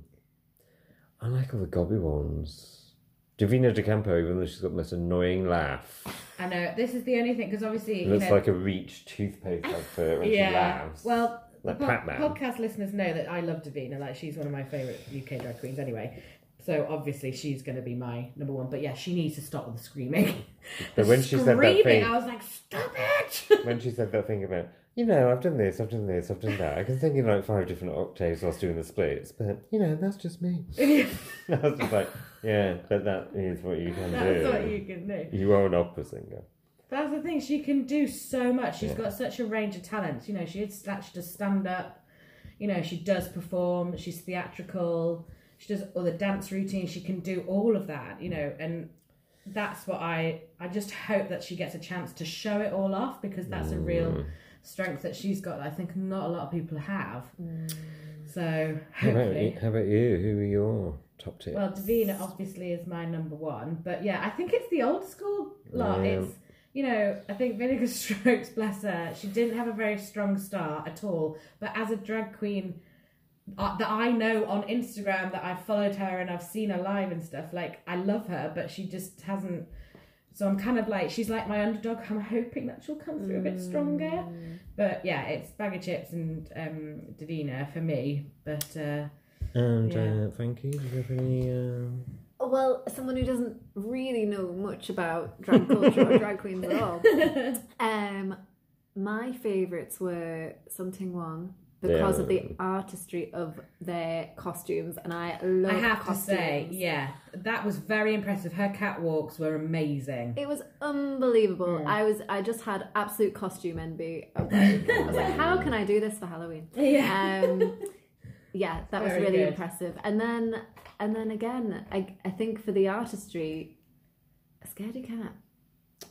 I like all the gobby ones. Davina De Campo, even though she's got the most annoying laugh, I know. This is the only thing because obviously it you looks know, like a Reach toothpaste advert when she yeah. laughs. Well, the like po- Pac-Man. podcast listeners know that I love Davina. Like she's one of my favorite UK drag queens. Anyway, So obviously she's going to be my number one. But yeah, she needs to stop with the screaming. But The when she said that screaming, thing- I was like, stop it! when she said that thing about, you know, I've done this, I've done this, I've done that. I can sing in like five different octaves whilst doing the splits, but you know, that's just [LAUGHS] me. [LAUGHS] I was just like, yeah, but that is what you [LAUGHS] can That's do. what you can do. You are an opera singer. That's the thing. She can do so much. She's Yeah. got such a range of talents. You know, she is she does stand up. You know, she does perform. She's theatrical. She does all the dance routines. She can do all of that. You know, and that's what I. I just hope that she gets a chance to show it all off because that's a real strength that she's got. That I think not a lot of people have. So How about, hopefully. you, how about you? Who are your top tips? Well, Davina obviously is my number one, but yeah, I think it's the old school lot. Yeah. It's you know, I think Vinegar [LAUGHS] Strokes, bless her, she didn't have a very strong start at all, but as a drag queen uh, that I know on Instagram, that I've followed her and I've seen her live and stuff, like I love her, but she just hasn't. So I'm kind of like she's like my underdog. I'm hoping that she'll come through a bit Mm. stronger, but yeah, it's bag of chips and um, Davina for me. But uh, [LAUGHS] and yeah. uh, Frankie, do you have any? Um... Well, someone who doesn't really know much about drag culture or drag queens [LAUGHS] at all. Um, my favourites were Something Wrong because of the artistry of their costumes, and I love. I have costumes. to say, yeah, that was very impressive. Her catwalks were amazing. It was unbelievable. I was I just had absolute costume envy. I was like, I was [LAUGHS] like, how can I do this for Halloween? Yeah. Um, yeah, that was Very really good. impressive. And then and then again, I, I think for the artistry, a scaredy cat.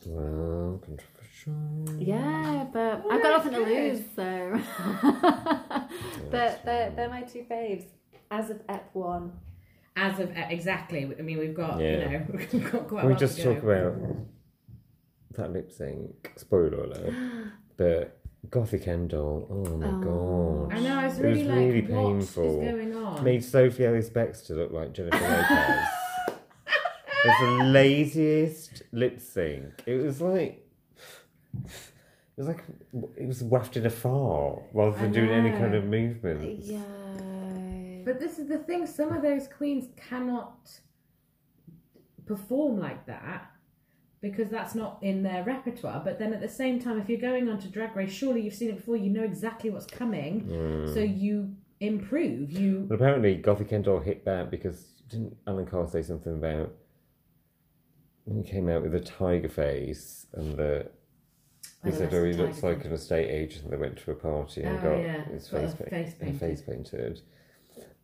Well, controversial. Yeah, but Mm. Well, I've got no, nothing to it's lose, [LAUGHS] so. but they're, they're my two faves. As of Ep one, As of uh, exactly, I mean, we've got Yeah. you know, [LAUGHS] we've got quite. Can we a lot just to talk go. about that lip sync? [GASPS] Spoiler alert. But Gothic Endol, oh my Oh. god. I know. I was It was really like, really what is painful. going on? Made Sophie Ellis Bextor look like Jennifer Lopez. it's the laziest lip sync. It was like. It was like it was wafted afar rather than I doing any kind know. Uh, of movement. yeah, But this is the thing. Some of those queens cannot perform like that because that's not in their repertoire. But then at the same time, if you're going on to Drag Race, surely you've seen it before. You know exactly what's coming, Mm. so you improve. You But apparently, Gothic Endor hit that because didn't Alan Carr say something about when he came out with a tiger face and the he Oh, said, that's "Oh, he a tiger looks like face. an estate agent," and they went to a party and Oh, got yeah. his Got face, a pa- face her face painted.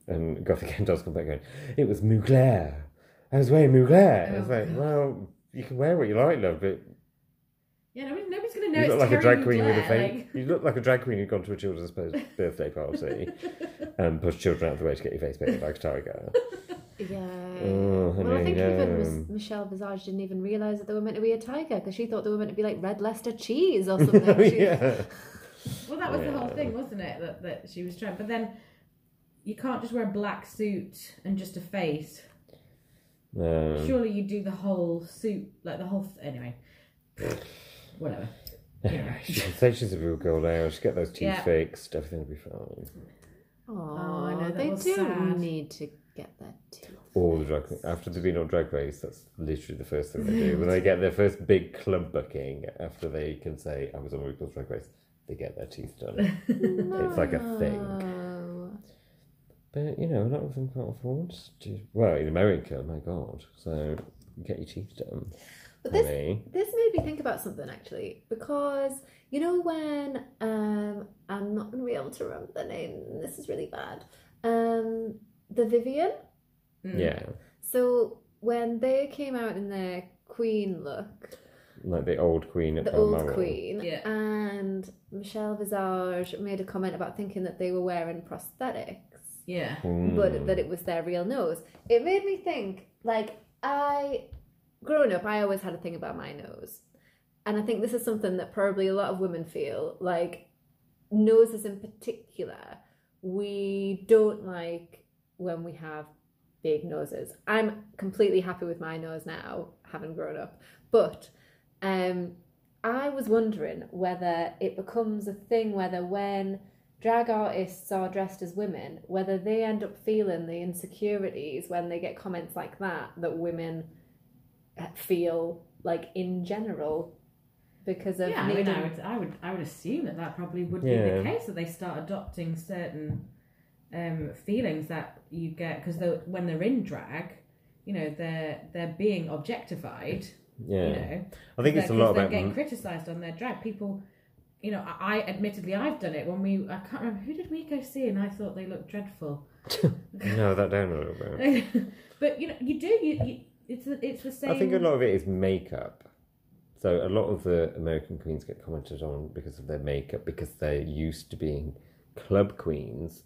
And Gothic Endor's come back going, "It was Mugler. I was wearing Mugler." I was Oh, like, God. "Well, you can wear what you like, love, but yeah, nobody, nobody's going to know. it's you look like a Terry drag queen with a Mugler, face. like- You look like a drag queen who'd gone to a children's bir- birthday party [LAUGHS] and pushed children out of the way to get your face painted like a tiger." Mm. yeah. Oh, well, I honey, um, think even no. [LAUGHS] Mis- Michelle Visage didn't even realize that they were meant to be a tiger because she thought they were meant to be like red Leicester cheese [LAUGHS] or something. She- Oh, yeah. Well, that was the whole Yeah. thing, wasn't it? That, that she was trying. But then you can't just wear a black suit and just a face. Um, Surely you do the whole suit, like the whole. Th- anyway. [LAUGHS] Whatever. anyway, [LAUGHS] she can say she's a real girl now. She get those teeth Yeah. fixed. Everything will be fine. Aw, I know, that Oh, they was do sad. need to get their teeth. All the drag after they've been on drag race, that's literally the first thing they do when they get their first big club booking. After they can say, "I was on RuPaul's Drag Race," they get their teeth [LAUGHS] done. Mm. uh, It's like a thing. Oh. But you know, a lot of them can't afford to. Well, in America, my God, so get your teeth done. But this honey. This made me think about something actually, because you know when um I'm not gonna be able to remember the name. This is really bad. Um, the Vivian. Mm. Yeah, So when they came out in their queen look, like the old queen at Hmm. the old Balmoral. queen, Yeah. and Michelle Visage made a comment about thinking that they were wearing prosthetics. Yeah. Mm. but that it was their real nose. It made me think, like, I, growing up, I always had a thing about my nose. And I think this is something that probably a lot of women feel, like, noses in particular, we don't like when we have big noses. I'm completely happy with my nose now, having grown up. But um, I was wondering whether it becomes a thing, whether when drag artists are dressed as women, whether they end up feeling the insecurities when they get comments like that that women uh, feel like in general because of yeah, I mean, needing- I would, I would, I would assume that that probably would be Yeah. the case that they start adopting certain um, feelings that you get because when they're in drag, you know, they're they're being objectified. Yeah, You know, I think it's a They're- lot 'cause they're about getting criticised on their drag. People, you know, I, I admittedly I've done it when we I can't remember who did we go see and I thought they looked dreadful. [LAUGHS] no that down a little bit. but you know, you do you. you it's, the- it's the same. I think a lot of it is makeup. So a lot of the American queens get commented on because of their makeup because they're used to being club queens,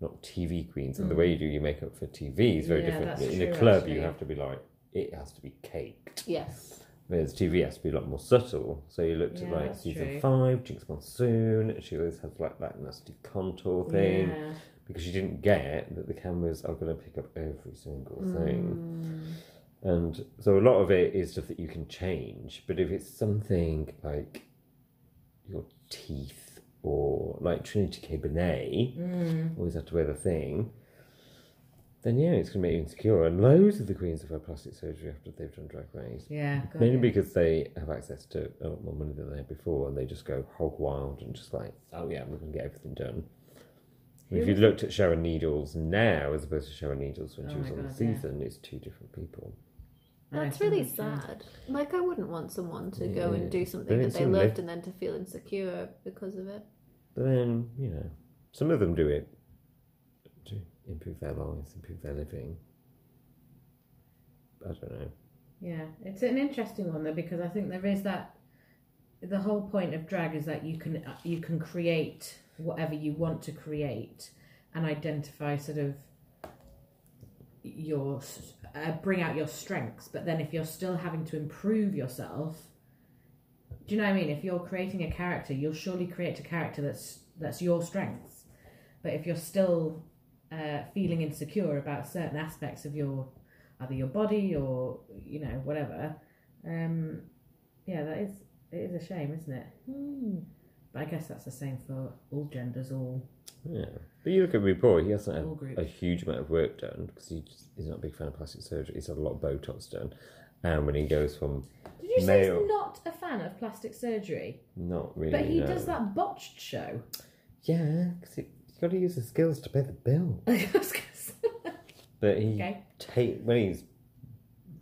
not TV queens. And the way you do your makeup for TV is Mm. very Yeah, different. that's In a true, club, you actually. have to be like it has to be caked. yes Whereas TV has to be a lot more subtle. So you looked at Yeah, like that's season true. five, Jinx Monsoon. She always has like that nasty contour thing Yeah. because she didn't get that the cameras are going to pick up every single Mm. thing. And so a lot of it is stuff that you can change, but if it's something like your teeth or like Trinity K. Bonet, Mm. always have to wear the thing, then yeah, it's going to make you insecure. And loads of the queens have had plastic surgery after they've done drag race. Yeah. got Mainly it. because they have access to a lot more money than they had before, and they just go hog wild and just like, oh yeah, we're gonna get everything done. And if Who you looked at Sharon Needles now as opposed to Sharon Needles when she Oh was my on the God, yeah. season, it's two different people. I know That's really someone sad. Like, I wouldn't want someone to go and do something But that it's they in there. loved and then to feel insecure because of it. But then you know, some of them do it to improve their lives, improve their living. I don't know. Yeah, it's an interesting one though because I think there is that the whole point of drag is that you can uh, you can create whatever you want to create and identify sort of your s- uh, bring out your strengths but then if you're still having to improve yourself do you know what I mean if you're creating a character you'll surely create a character that's that's your strengths but if you're still uh, feeling insecure about certain aspects of your either your body or you know whatever um yeah that is it is a shame isn't it but i guess that's the same for all genders all Yeah, but you look at RuPaul; he hasn't had all a groups huge amount of work done because he just, he's not a big fan of plastic surgery. He's had a lot of Botox done, and when he goes from did you say male- he's not a fan of plastic surgery not really, but he no. does that botched show [LAUGHS] yeah, because you got to use the skills to pay the bill. I was gonna say. But he Okay. tape when he's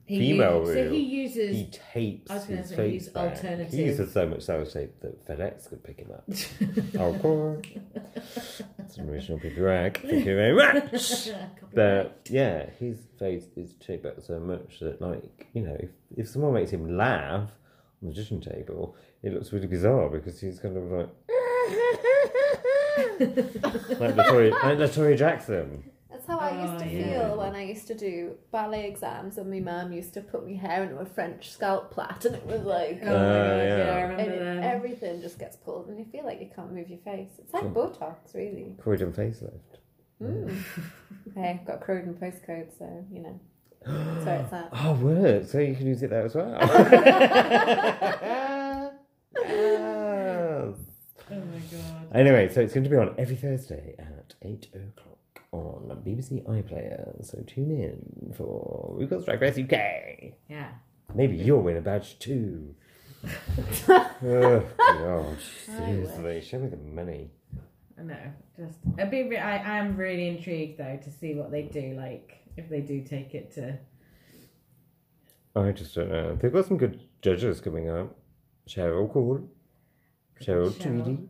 he Female uses, so rule. he uses he tapes I was gonna his say face use back. alternative- He uses so much sellotape that FedEx could pick him [LAUGHS] up. of course, it's an original big rag. Thank you very much. Copyright. But yeah, his face is taped back so much that, like, you know, if, if someone makes him laugh on the judging table, it looks really bizarre because he's kind of like. like Latoya, like Latoya Jackson. That's how I used Oh, to yeah. feel when I used to do ballet exams, and my mum used to put my hair into a French scalp plait, and it was like. oh my god yeah. yeah, i and remember it- them everything just gets pulled, and you feel like you can't move your face. It's like [LAUGHS] Botox, really. Corey done facelift. Mm. hey, I've got Croydon postcode, so you [GASPS] know. So it's that. Oh, word. So you can use it there [LAUGHS] as well. [LAUGHS] Yes. [LAUGHS] oh my god Anyway, so it's going to be on every Thursday at 8 o'clock on BBC iPlayer. So tune in for RuPaul's Drag Race UK. yeah Maybe you'll win a [LAUGHS] badge too. oh, God. Seriously, show me the money. I know. Just a bit. Re- I am really intrigued though to see what they do. Like if they do take it to. I just don't know. They've got some good judges coming up. Cheryl Cole, Cheryl, Cheryl. Tweedy.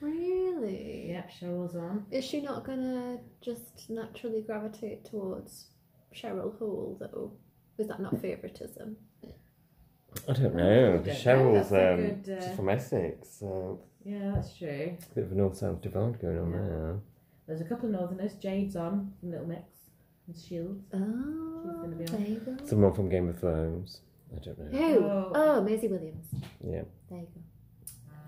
Really? Yep, Cheryl's on. Is she not gonna just naturally gravitate towards Cheryl Hall though? Is that not favouritism? I don't I know. don't know. Cheryl's That's a um, good, uh, she's from Essex, so Yeah, that's true. it's a bit of a north south divide going on Yeah. there. There's a couple of Northerners. Jade's on from Little Mix and Shields. Oh, gonna be there you go. Someone from Game of Thrones. I don't know. Who? Oh. Oh, Maisie Williams. Yeah. There you go.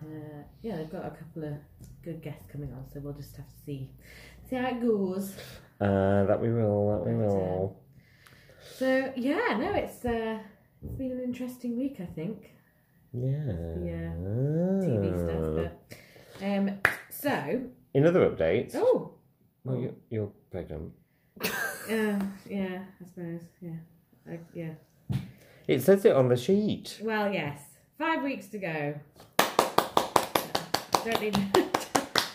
Uh, yeah, they've got a couple of good guests coming on, so we'll just have to see see how it goes. Uh, that we will, that we But, uh, will. So yeah, no, it's uh, it's been an interesting week, I think. Yeah. TV stuff. But, um, so In other updates, Oh, well, you're, you're pregnant. [LAUGHS] yeah, um, yeah, I suppose, yeah, I, yeah. It says it on [LAUGHS] the sheet. Well, yes, five weeks to go. Don't need [LAUGHS]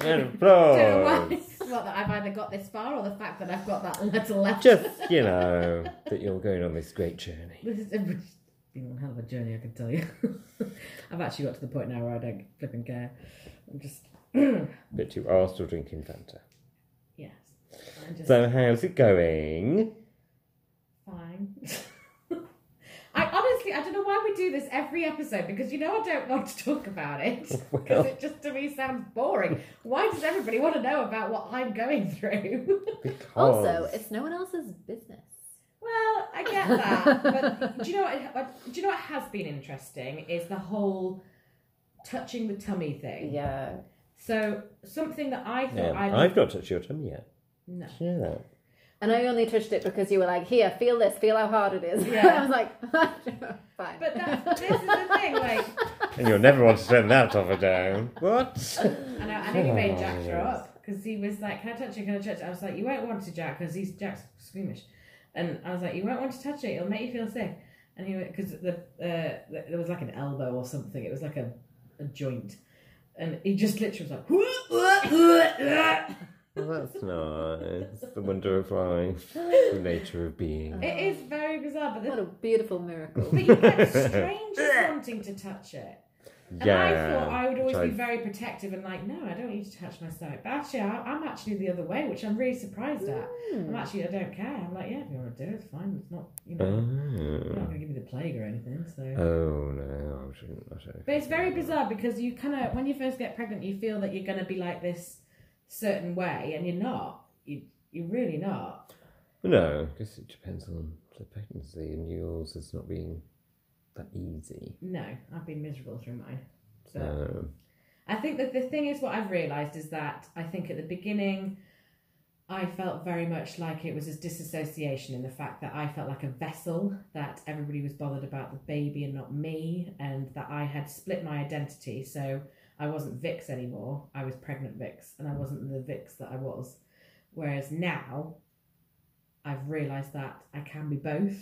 And [LAUGHS] to applause. worry about that I've either got this far or the fact that I've got that little left. Just you know that you're going on this great journey. [LAUGHS] This is it's been one hell of a journey, I can tell you. [LAUGHS] I've actually got to the point now where I don't flipping care. I'm just [CLEARS THROAT] But you are still drinking Fanta. yes, I'm just So how's it going? fine. [LAUGHS] I honestly, I don't know why we do this every episode because you know I don't want to talk about it [LAUGHS] because Well. it just to me sounds boring. Why does everybody want to know about what I'm going through? [LAUGHS] Because Also, it's no one else's business. Well, I get that, but do you know what? what- Do you know what has been interesting is the whole touching the tummy thing. Yeah. So something that I thought Yeah, I I've not touched your tummy yet. no. Yeah. And I only touched it because you were like, here, feel this, feel how hard it is. [LAUGHS] Yeah. I was like, fine. But that's, this is the thing, like, And you'll never want to turn that off or down. [LAUGHS] What? and I, I nearly made Jack throw Yes. up because he was like, "Can I touch it? Can I touch it?" I was like, "You won't want to, Jack, because he's Jack's squeamish," and I was like, "You won't want to touch it. It'll make you feel sick." And he went because the, uh, the there was like an elbow or something. It was like a, a joint, and he just literally [LAUGHS] was like. Well, that's nice. The wonder of life, the nature of being. It is very bizarre, but, [LAUGHS] what the, a beautiful miracle. [LAUGHS] but you get strangers wanting to touch it. And I Yeah. thought I would always which be very protective and like, no, I don't need to touch my stomach. But actually, I, I'm actually the other way, which I'm really surprised at. Hmm. Mm. I'm actually, I don't care. I'm like, yeah, if you want to do it, it's fine. It's not, you I- know, I'm not Oh. going to give you the plague or anything. So, Oh, no, I shouldn't. I shouldn't. but it's very bizarre because you kind of, when you first get pregnant, you feel that you're going to be like this certain way, and you're not. You, you're really not. No, I guess it depends on the pregnancy, and yours is not being that easy. No, I've been miserable through mine. So. No. I think that the thing is, what I've realised is that I think at the beginning, I felt very much like it was a disassociation in the fact that I felt like a vessel, that everybody was bothered about the baby and not me, and that I had split my identity. So I wasn't Vix anymore, I was pregnant Vix, and I wasn't the Vix that I was. Whereas now, I've realised that I can be both.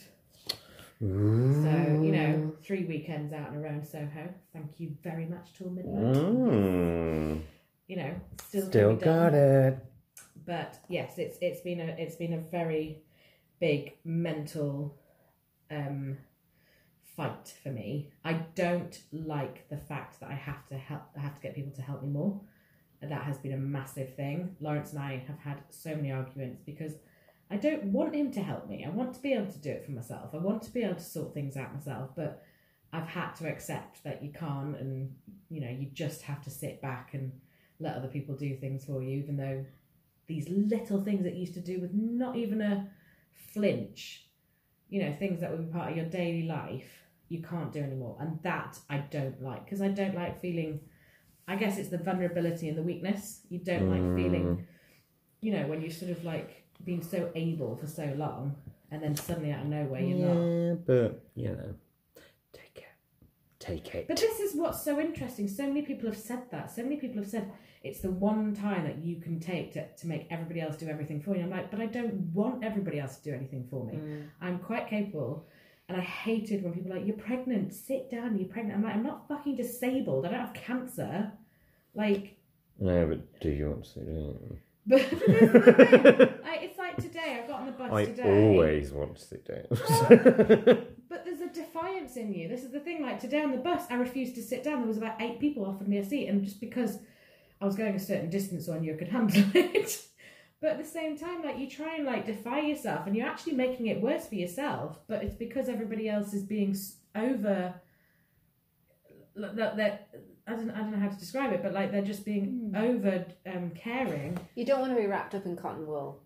So, you know, three weekends out and around Soho. Thank you very much to all midnight. Mm. You know, still, can Still be done. got it. But yes, it's it's been a it's been a very big mental um fight for me. I don't like the fact that I have to help I have to get people to help me more. That has been a massive thing. Lawrence and I have had so many arguments because I don't want him to help me. I want to be able to do it for myself. I want to be able to sort things out myself, but I've had to accept that you can't and you know, you just have to sit back and let other people do things for you, even though these little things that you used to do with not even a flinch, you know, things that would be part of your daily life, you can't do anymore. And that I don't like because I don't like feeling, I guess it's the vulnerability and the weakness. You don't like feeling, you know, when you sort of like been so able for so long and then suddenly out of nowhere you're not. Yeah, but, you know, take it. Take it. But this is what's so interesting. So many people have said that. So many people have said it's the one time that you can take to, to make everybody else do everything for you. I'm like, but I don't want everybody else to do anything for me. I'm quite capable. And I hated when people were like, you're pregnant, sit down, you're pregnant. I'm like, I'm not fucking disabled. I don't have cancer. Like, [LAUGHS] No, but do you want to? do but this is the thing. [LAUGHS] Like, it's like today, I got on the bus I today. always want to sit [LAUGHS] [LAUGHS] down. But there's a defiance in you. This is the thing. Like today on the bus, I refused to sit down. There was about eight people offered me a seat, and just because I was going a certain distance, I knew I could handle [LAUGHS] it. but at the same time, like you try and like defy yourself, and you're actually making it worse for yourself. But it's because everybody else is being s- over. like, That that I don't I don't know how to describe it, but like they're just being over um, caring. You don't want to be wrapped up in cotton wool.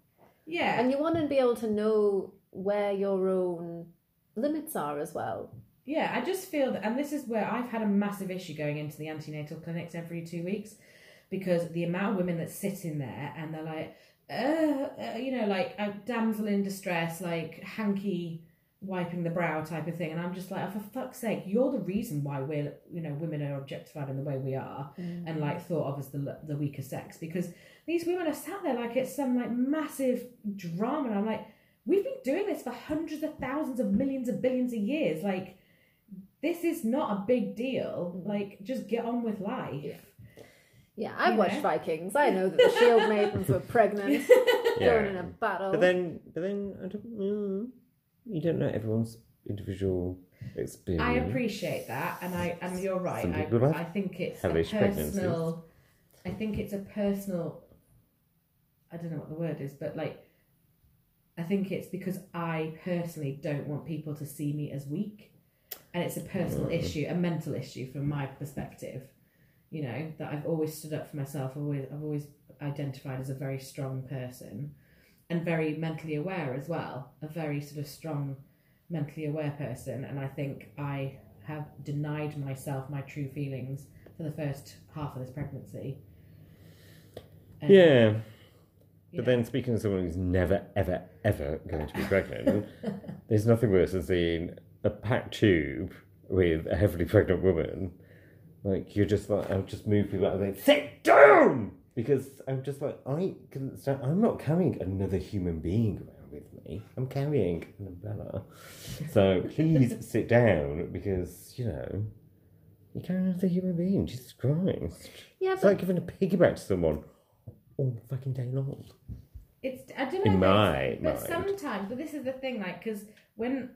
Yeah, And you want to be able to know where your own limits are as well. Yeah, I just feel that, and this is where I've had a massive issue going into the antenatal clinics every two weeks because the amount of women that sit in there and they're like, uh, uh, you know, like a damsel in distress, like hanky wiping the brow type of thing. And I'm just like, oh, for fuck's sake, you're the reason why we're, you know, women are objectified in the way we are and like thought of as the, the weaker sex because these women are sat there like it's some like massive drama. And I'm like, we've been doing this for hundreds of thousands of millions of billions of years. Like, this is not a big deal. Like, just get on with life. Yeah. Yeah, I've You watched know? Vikings. I know that the Shield Maidens were pregnant, going in yeah. a battle. But then, but then, I don't, mm, you don't know everyone's individual experience. I appreciate that, and I and you're right. Some I, people have I think it's a hellish pregnancies. personal. I think it's a personal. I don't know what the word is, but like, I think it's because I personally don't want people to see me as weak, and it's a personal Mm. issue, a mental issue from my perspective. You know that I've always stood up for myself. Always, I've always identified as a very strong person, and very mentally aware as well. A very sort of strong mentally aware person, and I think I have denied myself my true feelings for the first half of this pregnancy. And, Yeah. you But know, then, speaking as someone who's never, ever, ever going to be [LAUGHS] pregnant, there's nothing worse than seeing a packed tube with a heavily pregnant woman. Like, you're just like, I'll just move people out of the way, sit down! Because I'm just like, I can stand, I'm not carrying another human being around with me. I'm carrying an umbrella. So [LAUGHS] please sit down because, you know, you're carrying another human being. Jesus Christ. yeah, It's but like giving a piggyback to someone all fucking day long. it's I don't know. In if it's- my but mind. sometimes but this is the thing like because when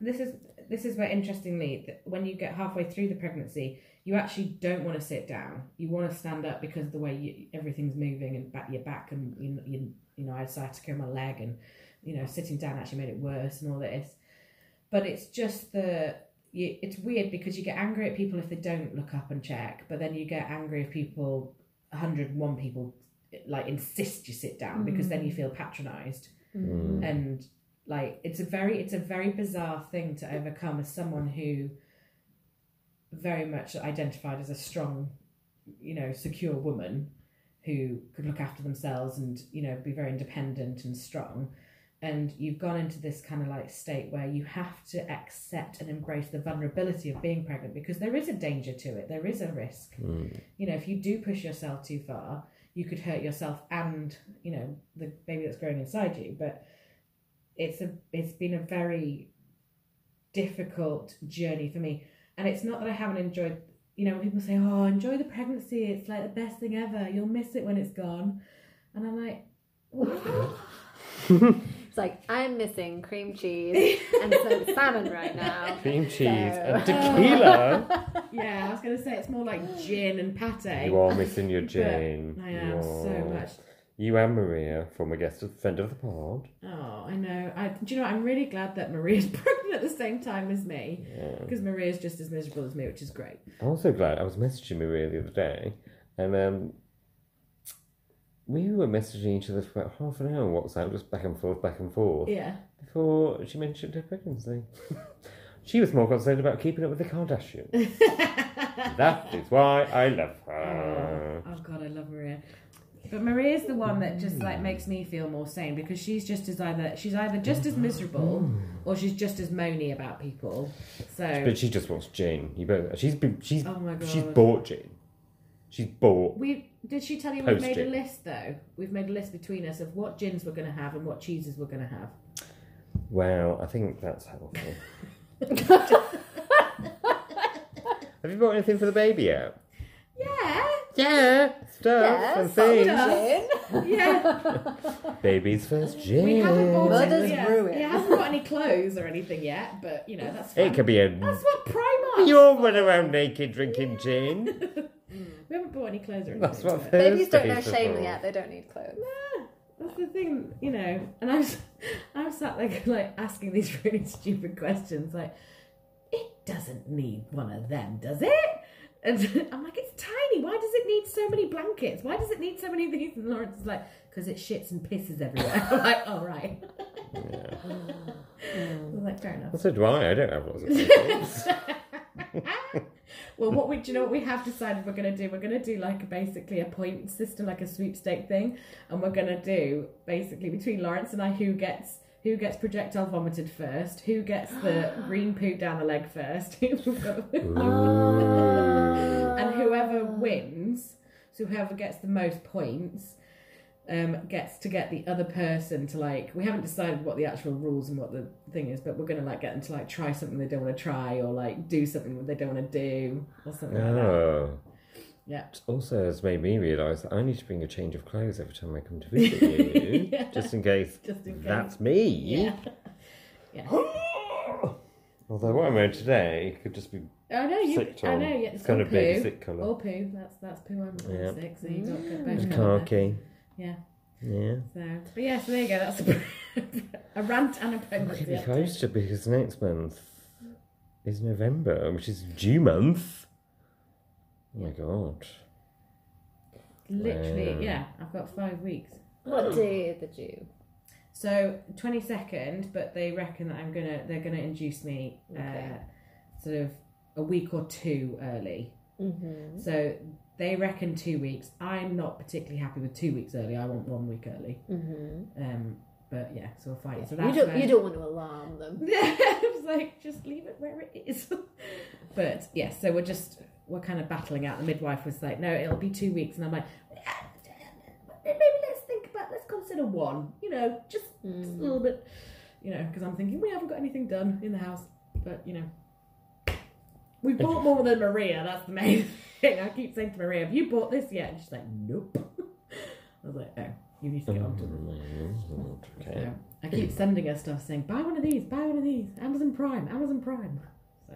this is this is where interestingly th- when you get halfway through the pregnancy you actually don't want to sit down you want to stand up because of the way you, everything's moving and back your back and you, you, you know i decided to kill my leg and you know sitting down actually made it worse and all this but it's just the you, it's weird because you get angry at people if they don't look up and check but then you get angry if people 101 people like insist you sit down because then you feel patronized Hmm. Mm. and like it's a very it's a very bizarre thing to overcome as someone who very much identified as a strong you know secure woman who could look after themselves and you know be very independent and strong and you've gone into this kind of like state where you have to accept and embrace the vulnerability of being pregnant because there is a danger to it there is a risk Mm. [LAUGHS] you know, if you do push yourself too far, you could hurt yourself and, you know, the baby that's growing inside you. But it's a it's been a very difficult journey for me. And it's not that I haven't enjoyed you know, when people say, Oh, enjoy the pregnancy, it's like the best thing ever, you'll miss it when it's gone and I'm like it's like I'm missing cream [LAUGHS] cheese and some salmon right now. [LAUGHS] Cream cheese and So- tequila. [LAUGHS] Yeah, I was gonna say it's more like gin and pate. you are missing your Jane. I am you so are. much. You and Maria, former guest of friend of the pod. Oh, I know. I do you know what? I'm really glad that Maria's [LAUGHS] pregnant at the same time as me. Yeah. Because Maria's just as miserable as me, which is great. I'm also glad I was messaging Maria the other day, and um, we were messaging each other for about half an hour on WhatsApp, just back and forth, back and forth, Yeah. [LAUGHS] before she mentioned her pregnancy. [LAUGHS] she was more concerned about keeping up with the Kardashians. that is why I love her. oh God, I love Maria. But Maria's the one that just like makes me feel more sane because she's just as either she's either just as miserable or she's just as moany about people. So But she just wants gin. You both. She's been. She's. Oh my She's God. bought gin. She's bought. we did she tell you we've Post made a it. list though? We've made a list between us of what gins we're gonna have and what cheeses we're gonna have. Well, I think that's helpful. Have you bought anything for the baby yet? Yeah. Yeah, stuff Yes, and things. stuff. [LAUGHS] Yeah. Baby's first gin. We haven't bought Mother's any, yeah. ruin. Yeah, hasn't got any clothes or anything yet, but you know, that's It fine. could be a. That's what Primark You all run around naked drinking [LAUGHS] gin. We haven't bought any clothes or anything. That's what but- Babies don't know Thursdays are shame for. yet; they don't need clothes. Ah, That's the thing, you know. And I'm, s- I'm sat there [LAUGHS] like asking these [LAUGHS] really stupid questions, like, it doesn't need one of them, does it? And [LAUGHS] I'm like, it's tiny. Why does it need so many blankets? Why does it need so many of these? And Lawrence is like, because it shits and pisses everywhere. [LAUGHS] I'm like, all right. [LAUGHS] I was like, fair enough. Well, so do I. I don't [LAUGHS] have lots of things. Well, what we do you know what we have decided we're gonna do? We're gonna do like a, basically a point system, like a sweepstake thing, and we're gonna do basically between Lawrence and I who gets who gets projectile vomited first, who gets the green poo down the leg first, [LAUGHS] and Ah. whoever wins, so whoever gets the most points, um, gets to get the other person to like. We haven't decided what the actual rules and what the thing is, but we're gonna like get them to like try something they don't want to try or like do something they don't want to do or something. like that. Oh. Yeah. It also has made me realise that I need to bring a change of clothes every time I [LAUGHS] come to visit you, Yeah. just in case Just in case. that's me. Yeah. [GASPS] Although what I'm wearing today could just be I know you. sick I on. know. Yeah, It's it's kind all of baby poo. sick colour. All poo. That's that's poo. I'm Yeah. sick, so you don't Mm. get It's both. colour there. khaki. Yeah. Yeah. So, but yeah, so there you go. That's a, [LAUGHS] a rant and a Well, keep pregnancy. me update. posted because next month is November, which is due month. Oh my god. Literally, Um, yeah. I've got five weeks. What day are the due? So twenty second, but they reckon that I'm gonna they're gonna induce me Okay. uh, sort of a week or two early. Mm-hmm. So they reckon two weeks. I'm not particularly happy with two weeks early. I want one week early. Mm-hmm. Um, but yeah, so we'll fight. So you that's don't. where- You don't want to alarm them. [LAUGHS] Yeah, I was like, just leave it where it is. [LAUGHS] but yeah, so we're just we're kind of battling out. The midwife was like, no, it'll be two weeks, and I'm like, maybe let's think about let's consider one. You know, just, just a little bit. You know, because I'm thinking we haven't got anything done in the house, but you know. We bought more than Maria, that's the main [LAUGHS] thing. I keep saying to Maria, have you bought this yet? And she's like, nope. [LAUGHS] I was like, oh, you need to Mm-hmm. get on to them. Okay. So I keep sending her stuff saying, buy one of these, buy one of these, Amazon Prime, Amazon Prime. So,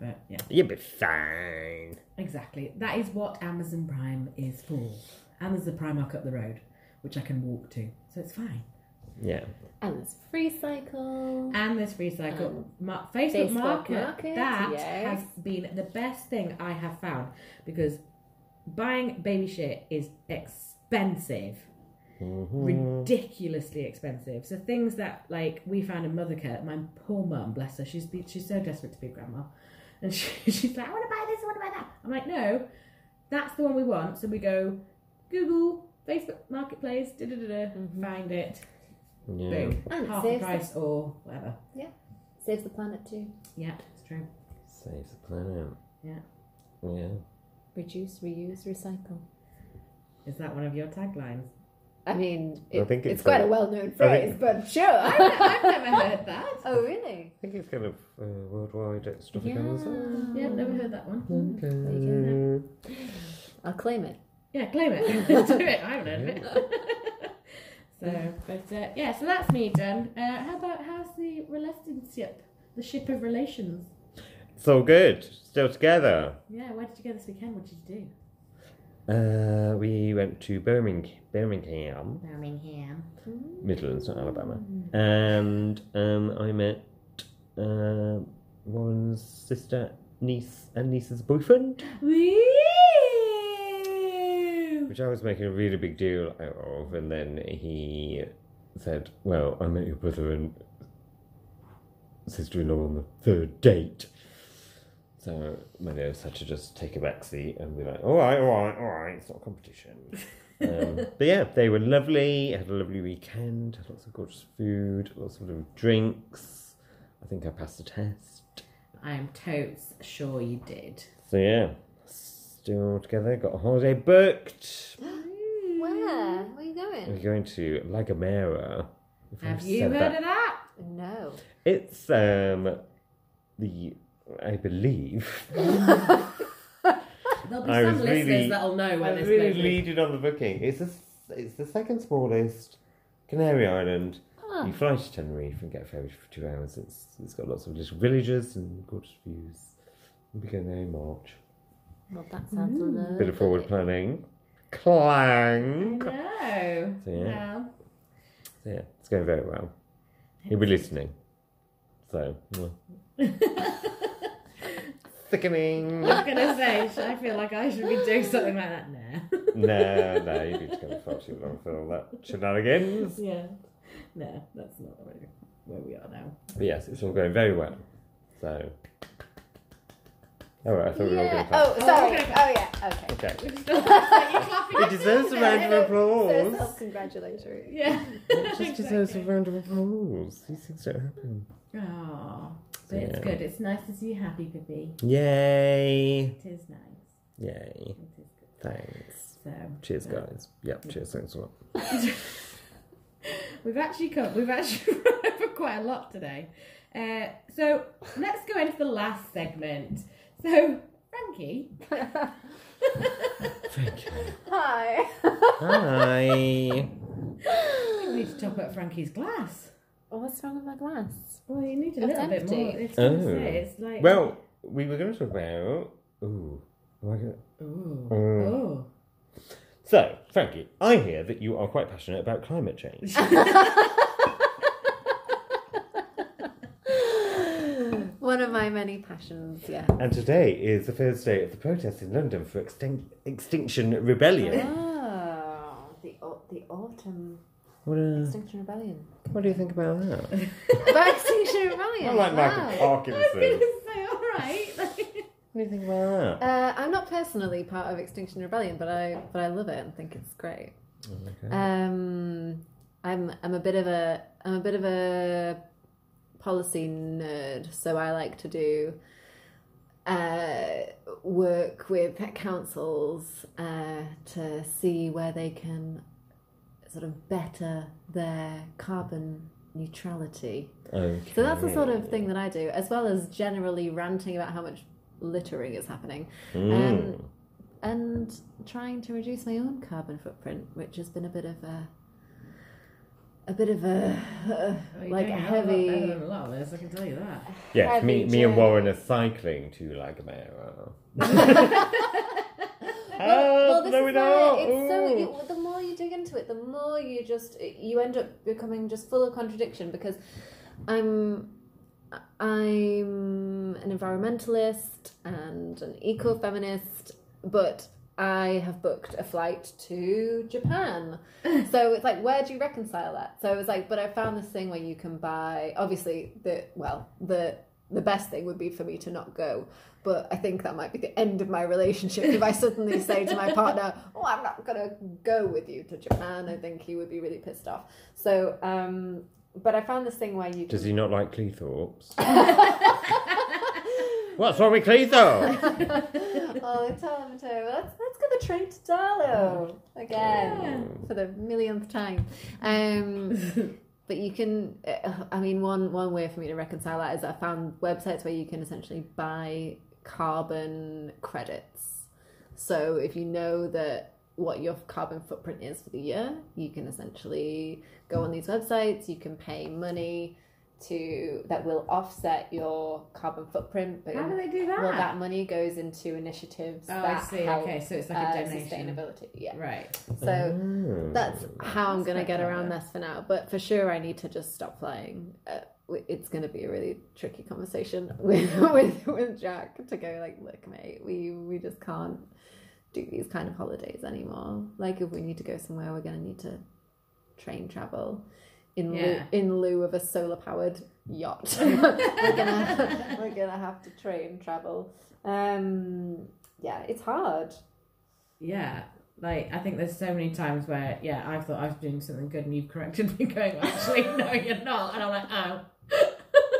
but yeah, You'll be fine. exactly. That is what Amazon Prime is for. And there's a Primark up the road, which I can walk to. So it's fine. Yeah. And there's free cycle. And this recycle Um, mar- Facebook, Facebook market, Market, that yes. has been the best thing I have found because buying baby shit is expensive. Mm-hmm. Mm. ridiculously expensive. So things that like we found in Mothercare, my poor mum, bless her, she's be, she's so desperate to be a grandma, and she, [LAUGHS] she's like, I want to buy this, I want to buy that. I'm like, no, that's the one we want. So we go Google, Facebook Marketplace, da da da da, find it, Yeah. boom, And it half the saves price or whatever. Saves the planet too. Yeah, it's true. Saves the planet. Yeah. Yeah. Reduce, reuse, recycle. Is that one of your taglines? I mean, I it- think it's, it's quite a- a well-known I phrase, think- but sure. [LAUGHS] [LAUGHS] I've never heard that. oh, I really? think it's kind of uh, worldwide extravaganza. Yeah, I've never heard that one. Okay. I'll claim it. Yeah, claim [LAUGHS] it. Do it. I haven't heard of it. [LAUGHS] so, but uh, yeah, so that's me done. Uh, how about how's the relationship? The ship of relations. So good. Still together. Yeah, where did you go this weekend? What did you do? Uh, we went to Birmingham, Birmingham, Birmingham. Midlands, not Alabama, and um, I met uh, Warren's sister, niece, and niece's boyfriend, Woo! which I was making a really big deal out of, and then he said, "Well, I met your brother and sister-in-law on the third date." So my nose had to just take a back seat and be like, "All right, all right, all right, it's not a competition." um, but yeah, they were lovely. Had a lovely weekend. Had lots of gorgeous food. Lots of lovely drinks. I think I passed the test. I am totes sure you did. So yeah, still together. Got a holiday booked. Where? Where are you We're going? going to La Gomera. If I've Have you said heard that- of that? No. It's um the [LAUGHS] I believe There'll be I some was listeners really- that'll know when I'm this really goes in. leading on the booking. It's the s- it's the second smallest Canary Island. Ah. You fly to Tenerife and get a ferry for two hours. It's it's got lots of little villages and gorgeous views. We'll be going there in March. Well, that sounds a little Bit of forward planning. Clang. No. So, yeah. Well, So, yeah, it's going very well. He'll be listening. So. mwah. [LAUGHS] Sickening. I was gonna say, sh- I feel like I should be doing something like that now. no, no, you've been together far too long for all that shenanigans. [LAUGHS] yeah. No, that's not where, [LAUGHS] where we are now. But yes, it's all going very well. So All right, I thought we were going Yeah. to clap. Oh, sorry. we're gonna Oh, yeah. Okay. Okay. it [LAUGHS] It deserves a round of So applause. self-congratulatory. Yeah. It just deserves a round of applause. These things don't happen. Aw, but it's Yeah. good. It's nice to see you happy, Pippi. Yay! It is nice. Yay! It is good. Thanks. So Cheers, guys. Yep. Cheers. Thanks a lot. we've actually come. We've actually [LAUGHS] run over quite a lot today. Uh, so let's go into the last segment. So Frankie, Thank you. Hi. I Hi. think we need to top up Frankie's glass. Oh, what's wrong with my glass? Well, you need a It's little bit empty. more. It's, gonna Oh. say, it's like Well, we were going to talk about. Ooh. am I gonna- Ooh. Mm. Oh. So, Frankie, I hear that you are quite passionate about [LAUGHS] climate change. One of my many passions. Yeah. And today is the first day of the protests in London for extin- Extinction Rebellion. Oh, the au- the autumn What, uh, Extinction [LAUGHS] Rebellion. what do you think about that? About Extinction Rebellion. I like Michael wow. I was gonna Parkinson. say, all right. [LAUGHS] Like, What do you think [LAUGHS] about that? Uh, I'm not personally part of Extinction Rebellion, but I but I love it and think it's great. Okay. Um, I'm I'm a bit of a I'm a bit of a policy nerd, so I like to do uh, work with councils uh, to see where they can sort of better their carbon neutrality. okay. So that's the sort of thing that I do, as well as generally ranting about how much littering is happening Mm. Um, and trying to reduce my own carbon footprint, which has been a bit of a a bit [LAUGHS] of a Well, you're like doing a a hell of a lot better heavy. than a lot of us, I can tell you that. yes, me, heavy me and journey. Warren are cycling to Lagomera. [LAUGHS] Well, Help, this no, is we it. don't. It's so Ooh. you, the more you dig into it, the more you just you end up becoming just full of contradiction because I'm I'm an environmentalist and an eco-feminist, but I have booked a flight to Japan. so it's like, where do you reconcile that? So it's like, but I found this thing where you can buy. Obviously, the well, the the best thing would be for me to not go. But I think that might be the end of my relationship if I suddenly say to my partner, [LAUGHS] "Oh, I'm not gonna go with you to Japan." I think he would be really pissed off. So, um, but I found this thing where [LAUGHS] you Does can he not like Cleethorpes? What's wrong with Cleethorpes? [LAUGHS] oh, Tom, Tom, let's let's get the train to Darlow again for the millionth time. Um, but you can, uh, I mean, one one way for me to reconcile that is I found websites where you can essentially buy carbon credits. So if you know that what your carbon footprint is for the year, you can essentially go on these websites. You can pay money to that will offset your carbon footprint. [LAUGHS] But How do they do that? well, that money goes into initiatives oh, I that see. help Okay, so it's like uh, a donation. sustainability. Yeah. Right. So Oh. that's how I'm That's going to quite get around clever. this for now. But for sure, I need to just stop flying. Uh, w- it's going to be a really tricky conversation [LAUGHS] with, with with Jack to go like, look, mate, we we just can't do these kind of holidays anymore. Like, if we need to go somewhere, we're going to need to train travel. In, lieu, Yeah. in lieu of a solar powered yacht, we're gonna we're gonna have to train travel. Um, yeah, it's hard. [LAUGHS] Yeah. Like I think there's so many times where yeah I thought I was doing something good and you've corrected me [LAUGHS] going actually no you're not and I'm like oh [LAUGHS]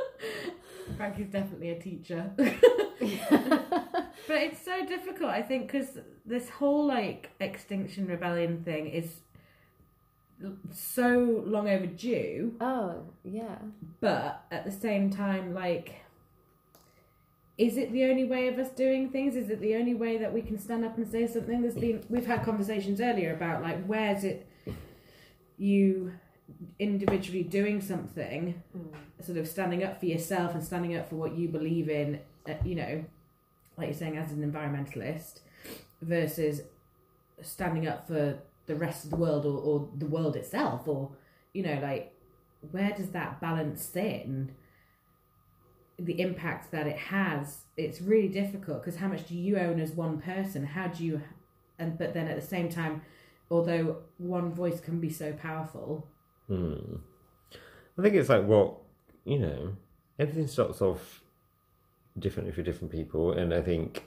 Frankie's definitely a teacher [LAUGHS] but it's so difficult I think because this whole like extinction rebellion thing is l- so long overdue oh yeah. but at the same time like is it the only way of us doing things is it the only way that we can stand up and say something there's been we've had conversations earlier about like where's it you individually doing something sort of standing up for yourself and standing up for what you believe in uh, you know like you're saying as an environmentalist versus standing up for the rest of the world or, or the world itself or you know like where does that balance sit and the impact that it has it's really difficult because how much do you own as one person how do you and but then at the same time although one voice can be so powerful Hmm. I think it's like what you know. Everything starts off differently for different people. And I think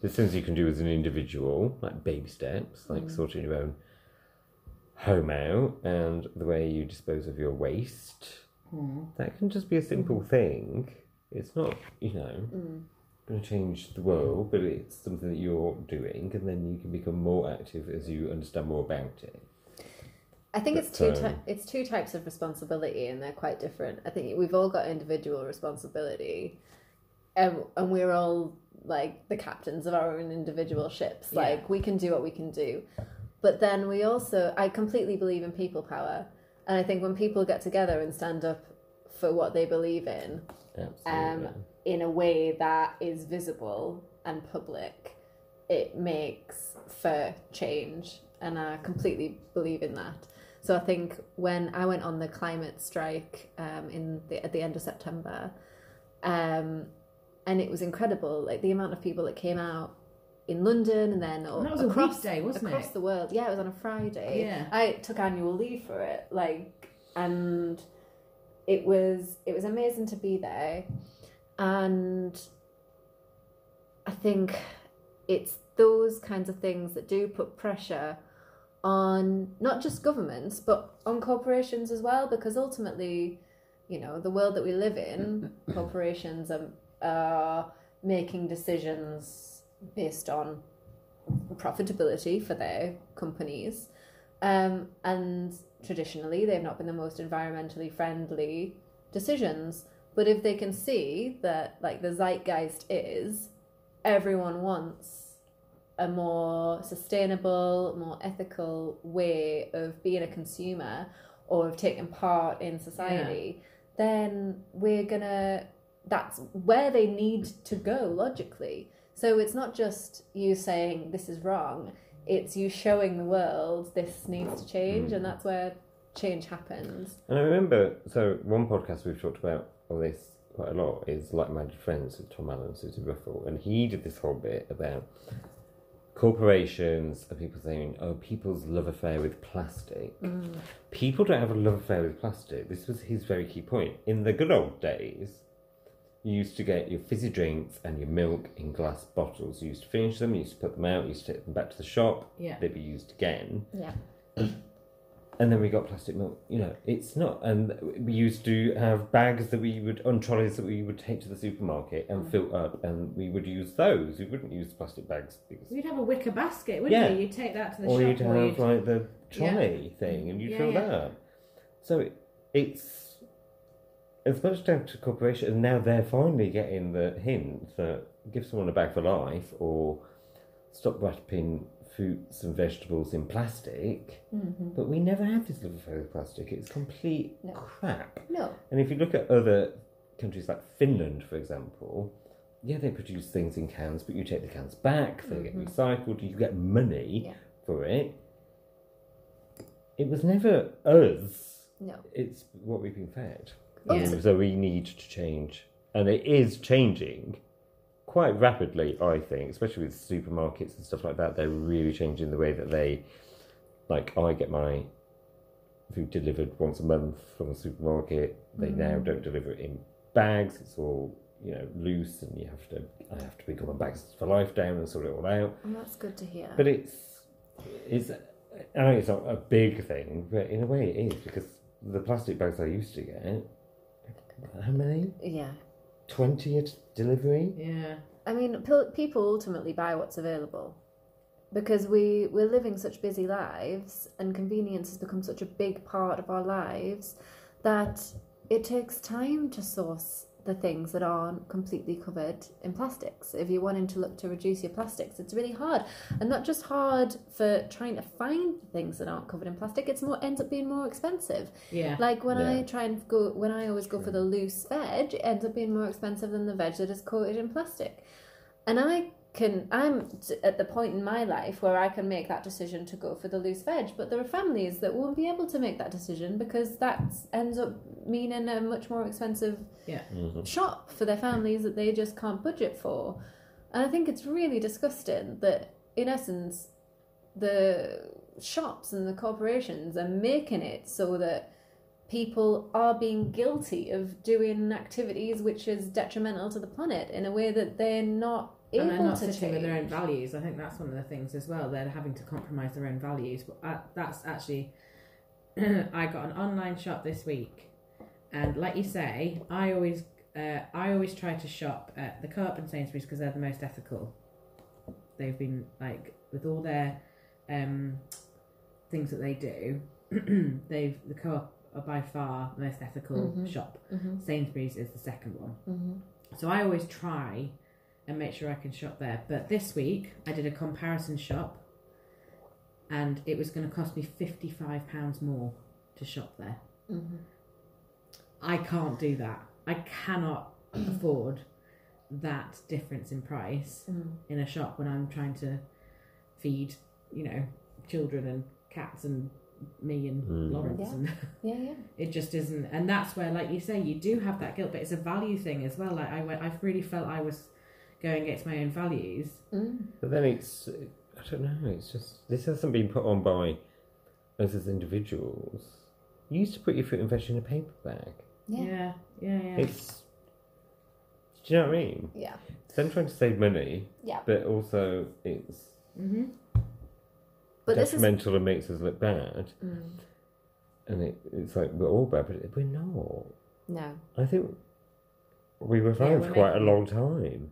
there's things you can do as an individual, like baby steps, like sorting your own home out and the way you dispose of your waste. That can just be a simple thing. It's not, you know, going to change the world, but it's something that you're doing, and then you can become more active as you understand more about it. I think it's two But, ty- um, it's two types of responsibility, and they're quite different. I think we've all got individual responsibility, and and we're all like the captains of our own individual ships. Yeah. Like we can do what we can do, but then we also I completely believe in people power, and I think when people get together and stand up for what they believe in, Absolutely. um, in a way that is visible and public, it makes for change. And I completely believe in that. So I think when I went on the climate strike um, in the, at the end of September, um, and it was incredible, like the amount of people that came out in London and then all And that was a across, weekday, wasn't across it? the world. Yeah, it was on a Friday. Yeah. I took annual leave for it, like, and it was it was amazing to be there, and I think it's those kinds of things that do put pressure on not just governments but on corporations as well because ultimately you know the world that we live in corporations are, are making decisions based on profitability for their companies um, and traditionally they've not been the most environmentally friendly decisions but if they can see that like the zeitgeist is everyone wants a more sustainable, more ethical way of being a consumer or of taking part in society, then we're gonna that's where they need to go logically. So it's not just you saying this is wrong, it's you showing the world this needs to change and that's where change happens. And I remember, so one podcast we've talked about on this quite a lot is Like Minded Friends with Tom Allen and Susan Ruffle, and he did this whole bit about corporations and people saying, oh, people's love affair with plastic. People don't have a love affair with plastic. This was his very key point. In the good old days, you used to get your fizzy drinks and your milk in glass bottles. You used to finish them, you used to put them out, you used to take them back to the shop, Yeah. they'd be used again Yeah. and then we got plastic milk. You know, it's not. And we used to have bags that we would on trolleys that we would take to the supermarket Mm. and fill up, and we would use those. We wouldn't use plastic bags because, You'd have a wicker basket, wouldn't Yeah. you? You'd take that to the or shop. you'd or have like the trolley thing, and you'd Yeah, fill yeah. that up. So it, it's as much down to corporation, and now they're finally getting the hint that give someone a bag for life, or stop wrapping fruits and vegetables in plastic. Mm-hmm. But we never had this love affair with plastic. It's complete No. crap. No. And if you look at other countries like Finland, for example, yeah, they produce things in cans, but you take the cans back, they get recycled, you get money Mm-hmm. Yeah. for it. It was never us. No. It's what we've been fed. Yeah. And So we need to change. And it is changing quite rapidly, I think, especially with supermarkets and stuff like that. They're really changing the way that they, like, I get my food delivered once a month from a supermarket. They now don't deliver it in bags. It's all you know loose, and you have to. I have to become a bags for life down and sort it all out. And that's good to hear. But it's it's I know it's not a big thing, but in a way it is because the plastic bags I used to get. How many? yeah. Twenty at delivery. Yeah. I mean, pil- people ultimately buy what's available because we we're living such busy lives, and convenience has become such a big part of our lives that it takes time to source the things that aren't completely covered in plastics. If you're wanting to look to reduce your plastics, it's really hard, and not just hard for trying to find things that aren't covered in plastic. It's more ends up being more expensive. Yeah. Like when I Yeah. try and go, when I always go for the loose veg, it ends up being more expensive than the veg that is coated in plastic. And I can, I'm t- at the point in my life where I can make that decision to go for the loose veg, but there are families that won't be able to make that decision because that ends up meaning a much more expensive Mm-hmm. shop for their families that they just can't budget for. And I think it's really disgusting that, in essence, the shops and the corporations are making it so that people are being guilty of doing activities which is detrimental to the planet in a way that they're not able and they're not to sitting change. with their own values. I think that's one of the things as well. They're having to compromise their own values. But I, that's actually, [CLEARS THROAT] I got an online shop this week, and like you say, I always, uh, I always try to shop at the Co-op and Sainsbury's because they're the most ethical. They've been like with all their um, things that they do. [CLEARS THROAT] they've the Co-op are by far the most ethical Mhm. shop. Mhm, Sainsbury's is the second one. mhm. So I always try and make sure I can shop there. But this week I did a comparison shop and it was going to cost me £55 more to shop there. Mhm. I can't do that. I cannot afford that difference in price Mm. in a shop when I'm trying to feed, you know, children and cats and me and Mm. Lawrence Yeah. and Yeah, yeah. it just isn't and that's where like you say you do have that guilt but it's a value thing as well like i went i really felt i was going against my own values Mm. But then it's, I don't know, it's just, this hasn't been put on by us as individuals. You used to put your fruit and veg in a paper bag. Yeah. yeah yeah yeah, It's, do you know what I mean? Yeah. So I'm trying to save money, Yeah. but also it's Mm-hmm. But this is detrimental and makes us look bad. Mm. And it, it's like we're all bad, but we're not. no. I think we were Yeah, fine we're for quite a making- long time.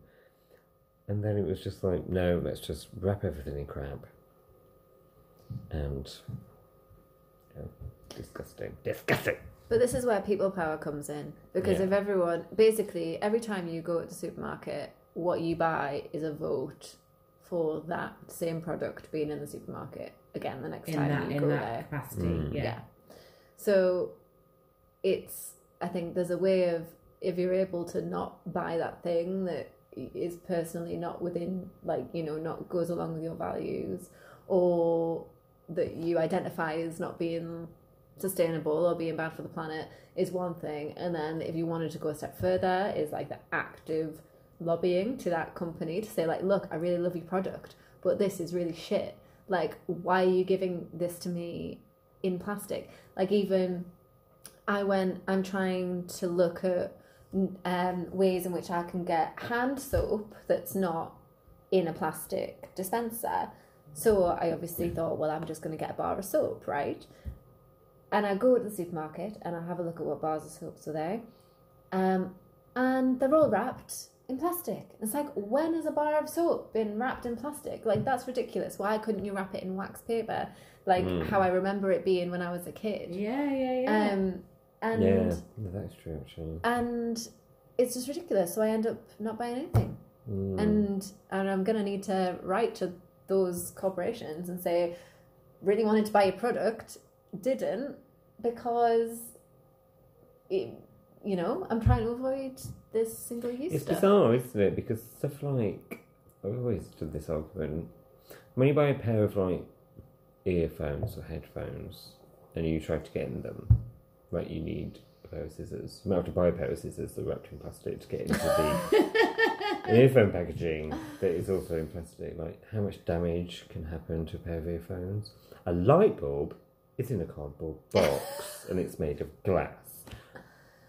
And then it was just like, no, let's just wrap everything in crap. And yeah, disgusting. Disgusting. But this is where people power comes in because Yeah. if everyone basically every time you go to the supermarket, what you buy is a vote for that same product being in the supermarket again the next in time that you in go that there. capacity Mm. yeah. So it's I think there's a way of if you're able to not buy that thing that is personally not within like you know not goes along with your values or that you identify as not being sustainable or being bad for the planet is one thing and then if you wanted to go a step further is like the active lobbying to that company to say like look i really love your product but this is really shit like why are you giving this to me in plastic like even i went i'm trying to look at um, ways in which i can get hand soap that's not in a plastic dispenser so i obviously thought well i'm just going to get a bar of soap right and i go to the supermarket and i have a look at what bars of soaps are there um, and they're all wrapped in plastic. It's like, when has a bar of soap been wrapped in plastic? Like, that's ridiculous. Why couldn't you wrap it in wax paper? Like, Mm. how I remember it being when I was a kid. yeah yeah yeah Um, and, yeah, no, that's true, actually. and it's just ridiculous. So I end up not buying anything Mm. and and I'm gonna need to write to those corporations and say, really wanted to buy your product, didn't because, it, you know, I'm trying to avoid this single use It's stuff. bizarre, isn't it? Because stuff like I've always done this argument. When you buy a pair of like earphones or headphones and you try to get in them, like you need a pair of scissors. You might have to buy a pair of scissors that are wrapped in plastic to get into the [LAUGHS] earphone packaging that is also in plastic. Like how much damage can happen to a pair of earphones? A light bulb is in a cardboard box [LAUGHS] and it's made of glass.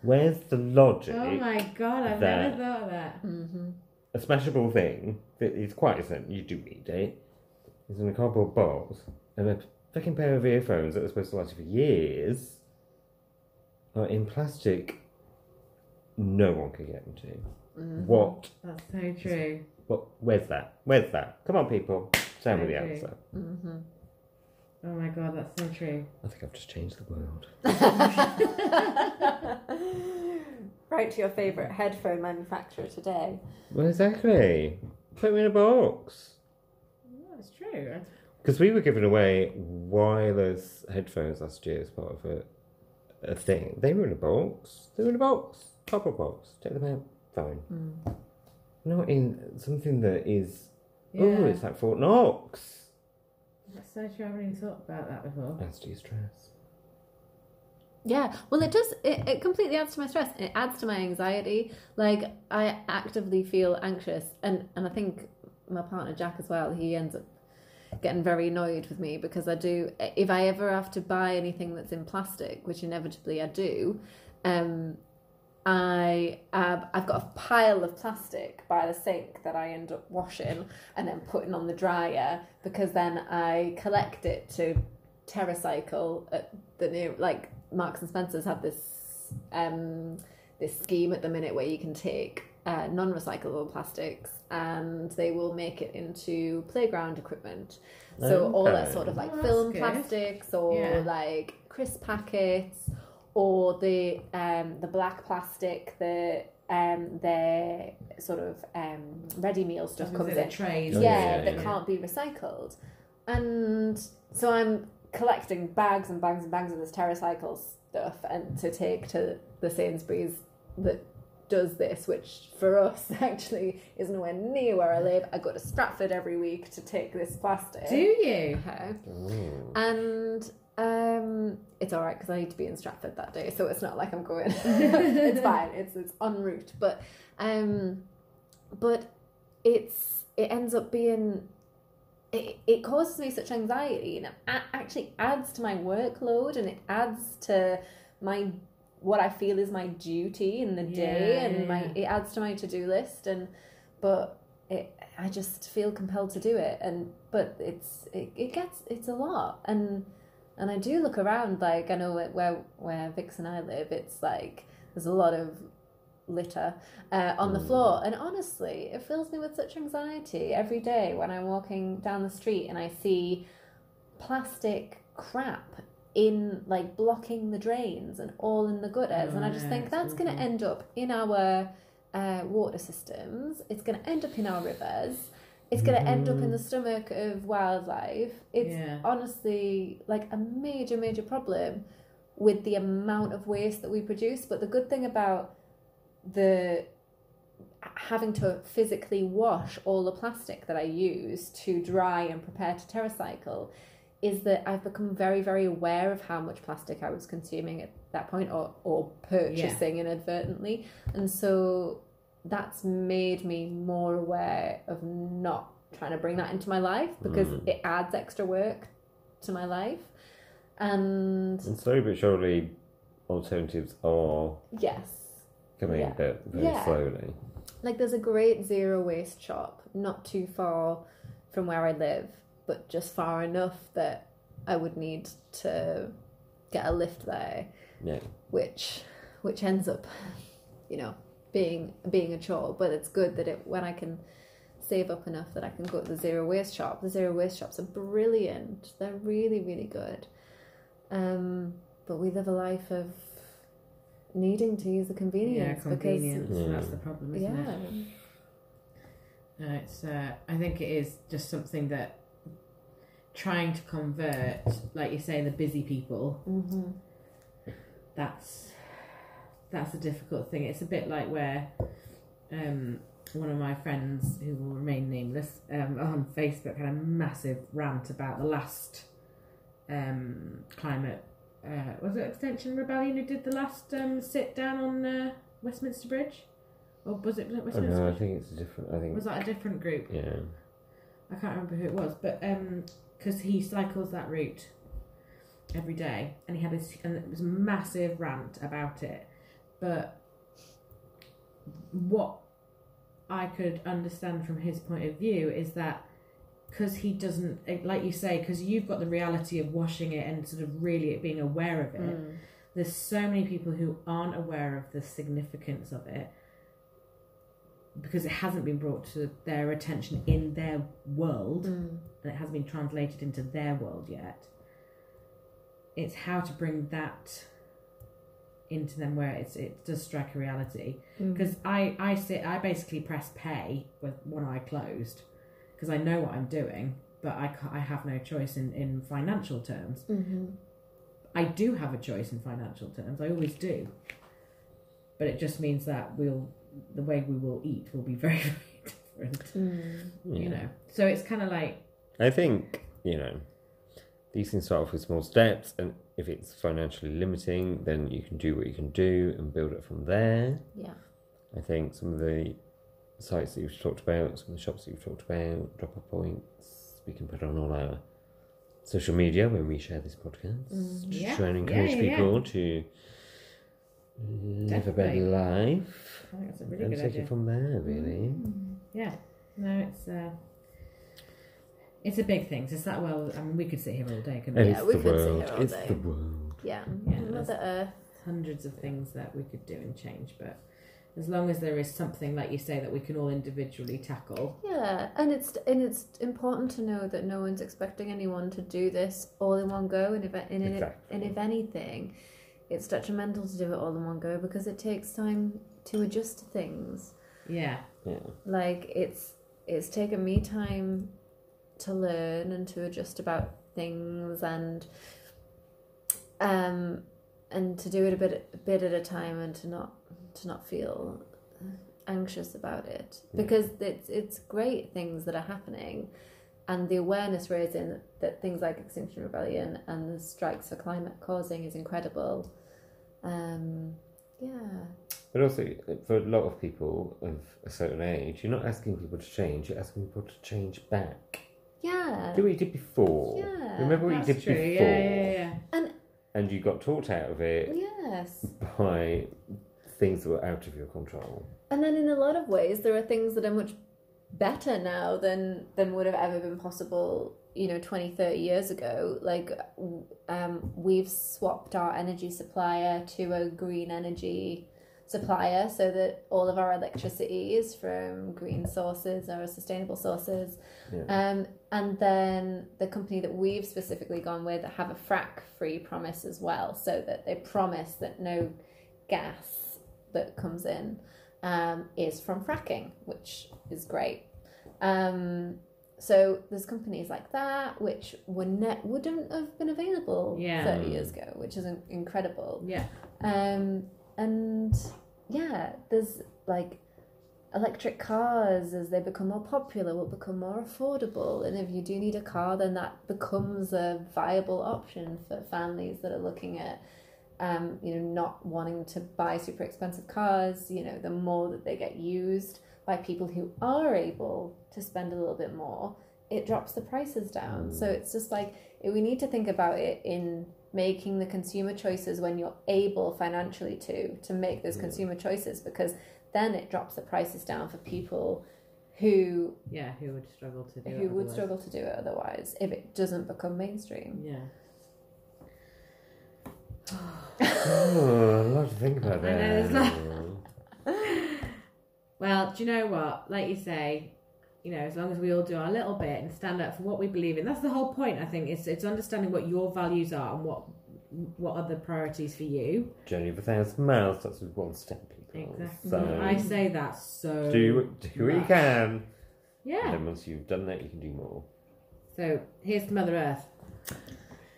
Where's the logic? oh my god i've that- never thought of that Mm-hmm. a smashable thing that is quite isn't you do need it is in a cardboard box and a fucking pair of earphones that are supposed to last you for years are in plastic no one can get into. What that's so true what where's that? Where's that? Come on people. Tell me the Okay. answer. Mm-hmm. oh my god that's so true I think I've just changed the world. mm-hmm. [LAUGHS] Write to your favorite headphone manufacturer today. Well exactly. Put me in a box. that's true That's- Because we were giving away wireless headphones last year as part of a, a thing. They were in a box. They were in a box. Copper box. Take them out. Fine. Mm. Not in something that is. Oh, yeah it's like Fort Knox. that's so true i haven't even thought about that before Adds to your stress. Yeah, well, it does. It, it completely adds to my stress. It adds to my anxiety. Like I actively feel anxious, and and I think my partner Jack as well. He ends up getting very annoyed with me because I do. If I ever have to buy anything that's in plastic, which inevitably I do, um, I uh, I've got a pile of plastic by the sink that I end up washing and then putting on the dryer because then I collect it to TerraCycle at the near like Marks and Spencers have this um this scheme at the minute where you can take uh, non-recyclable plastics and they will make it into playground equipment. So all that Okay. sort of like Oh, that's film good. plastics or Yeah. like crisp packets or the um, the black plastic that um, their sort of um, ready meal stuff comes in. trays. Oh, Yeah, yeah, yeah, that yeah. can't be recycled. And so I'm collecting bags and bags and bags of this TerraCycle stuff and to take to the Sainsbury's that does this, which for us [LAUGHS] actually is nowhere near where I live. I go to Stratford every week to take this plastic. Do you? Okay. Mm. And um, it's all right because I need to be in Stratford that day, so it's not like [LAUGHS] I'm going. it's fine. It's it's en route, but um, but it's it ends up being. It, it causes me such anxiety and it a- actually adds to my workload and it adds to my what I feel is my duty in the day Yeah, and yeah, my yeah. it adds to my to-do list and but it I just feel compelled to do it and but it's it, it gets it's a lot and and I do look around like I know where- where where Vix and I live it's like there's a lot of litter uh, on the Mm. floor and honestly it fills me with such anxiety every day when I'm walking down the street and I see plastic crap in like blocking the drains and all in the gutters and I just Yeah, think it's that's going to awful. end up in our uh, water systems it's going to end up in our rivers it's going to end up in the stomach of wildlife it's Yeah. honestly like a major major problem with the amount of waste that we produce but the good thing about the having to physically wash all the plastic that I use to dry and prepare to TerraCycle is that I've become very, very aware of how much plastic I was consuming at that point or, or purchasing inadvertently. And so that's made me more aware of not trying to bring that into my life because Mm. it adds extra work to my life. And And slowly but surely, alternatives are yes, coming Yeah. about very Yeah. slowly. Like there's a great zero waste shop not too far from where I live, but just far enough that I would need to get a lift there, Yeah. which which ends up, you know, being being a chore. But it's good that it when I can save up enough that I can go to the zero waste shop. The zero waste shops are brilliant. They're really, really good. Um, but we live a life of needing to use the Yeah, convenience, convenience. Mm. That's the problem, because isn't yeah. it? No, it's. Uh, I think it is just something that trying to convert, like you're saying, the busy people. Mm-hmm. That's that's a difficult thing. It's a bit like where um, one of my friends, who will remain nameless, um, on Facebook had a massive rant about the last um, climate. Uh, was it Extension Rebellion who did the last um, sit down on uh, Westminster Bridge, or was it, was it Oh, Westminster? no, I Bridge? think it's a different. I think Was that a different group? yeah. I can't remember who it was, but um 'cause because he cycles that route every day, and he had this, and it was a massive rant about it. But what I could understand from his point of view is that because he doesn't, like you say, because you've got the reality of washing it and sort of really it being aware of it there's so many people who aren't aware of the significance of it because it hasn't been brought to their attention in their world Mm-hmm. and it hasn't been translated into their world yet. It's how to bring that into them where it's it does strike a reality because I I sit I basically press pay with one eye closed because I know what I'm doing but I ca I have no choice in in financial terms I do have a choice in financial terms. I always do. But it just means that we'll the way we will eat will be [LAUGHS] very, very different. yeah. You know. So it's kinda like I think you know these things start off with small steps, and if it's financially limiting, then you can do what you can do and build it from there. Yeah. I think some of the sites that you've talked about, some of the shops that you've talked about, drop off points, we can put on all our social media when we share this podcast Mm, to yeah. try and Yeah, encourage yeah, yeah. people to live a better Definitely. life. I think that's a really and good take idea. it from there, really. Mm. Yeah. No, it's uh, it's a big thing. It's that well. I mean, we could sit here all day, couldn't And we? Yeah, it's we the could sit here world. all It's day. the world. Yeah. Yeah, Mother Earth. Hundreds of things that we could do and change, but as long as there is something, like you say, that we can all individually tackle. Yeah, and it's and it's important to know that no one's expecting anyone to do this all in one go. And if and, if- Exactly. and if anything, it's detrimental to do it all in one go because it takes time to adjust to things. Yeah. Yeah. Like it's it's taken me time to learn and to adjust about things and um and to do it a bit a bit at a time and to not to not feel anxious about it Yeah. because it's it's great things that are happening and the awareness raising that things like extinction rebellion and the strikes for climate causing is incredible um yeah But also, for a lot of people of a certain age, you're not asking people to change, you're asking people to change back. yeah Do what you did before. Yeah, Remember what you did That's true. before. Yeah, yeah, yeah. And you got talked out of it yes by things that were out of your control. [SIGHS] And then in a lot of ways, there are things that are much better now than than would have ever been possible, you know, 20, 30 years ago. Like w- um, we've swapped our energy supplier to a green energy supplier so that all of our electricity is from green sources or sustainable sources. Yeah. Um, and then the company that we've specifically gone with have a frac free promise as well, so that they promise that no gas that comes in um, is from fracking, which is great. Um, so there's companies like that which were net wouldn't have been available Yeah. 30 years ago, which is in- incredible. Yeah. Um, and yeah, there's like electric cars as they become more popular will become more affordable and if you do need a car then that becomes a viable option for families that are looking at um, you know not wanting to buy super expensive cars you know the more that they get used by people who are able to spend a little bit more it drops the prices down so it's just like we need to think about it in making the consumer choices when you're able financially to to make those consumer choices because then it drops the prices down for people who Yeah, who would struggle to do it who would otherwise. struggle to do it otherwise if it doesn't become mainstream. Yeah. Oh, a lot to think about I know, there. there's Well, do you know what? Like you say, you know, as long as we all do our little bit and stand up for what we believe in, that's the whole point. I think it's it's understanding what your values are and what what are the priorities for you. Journey of a thousand miles starts with one step, people. Exactly. So I say that so. do, do what you much. can. And Yeah. then once you've done that, you can do more. So here's to Mother Earth.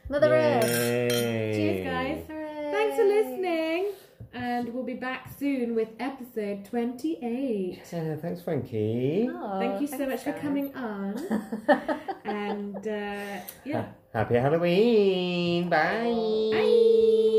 Mother Earth. Yay. Cheers, guys. Hooray. Thanks for listening, and we'll be back soon with episode twenty-eight. Yeah, thanks, Frankie. Aw, Thank you so much Oh, thanks, for guys. coming on, [LAUGHS] and uh, yeah. Happy Halloween. Bye. Bye.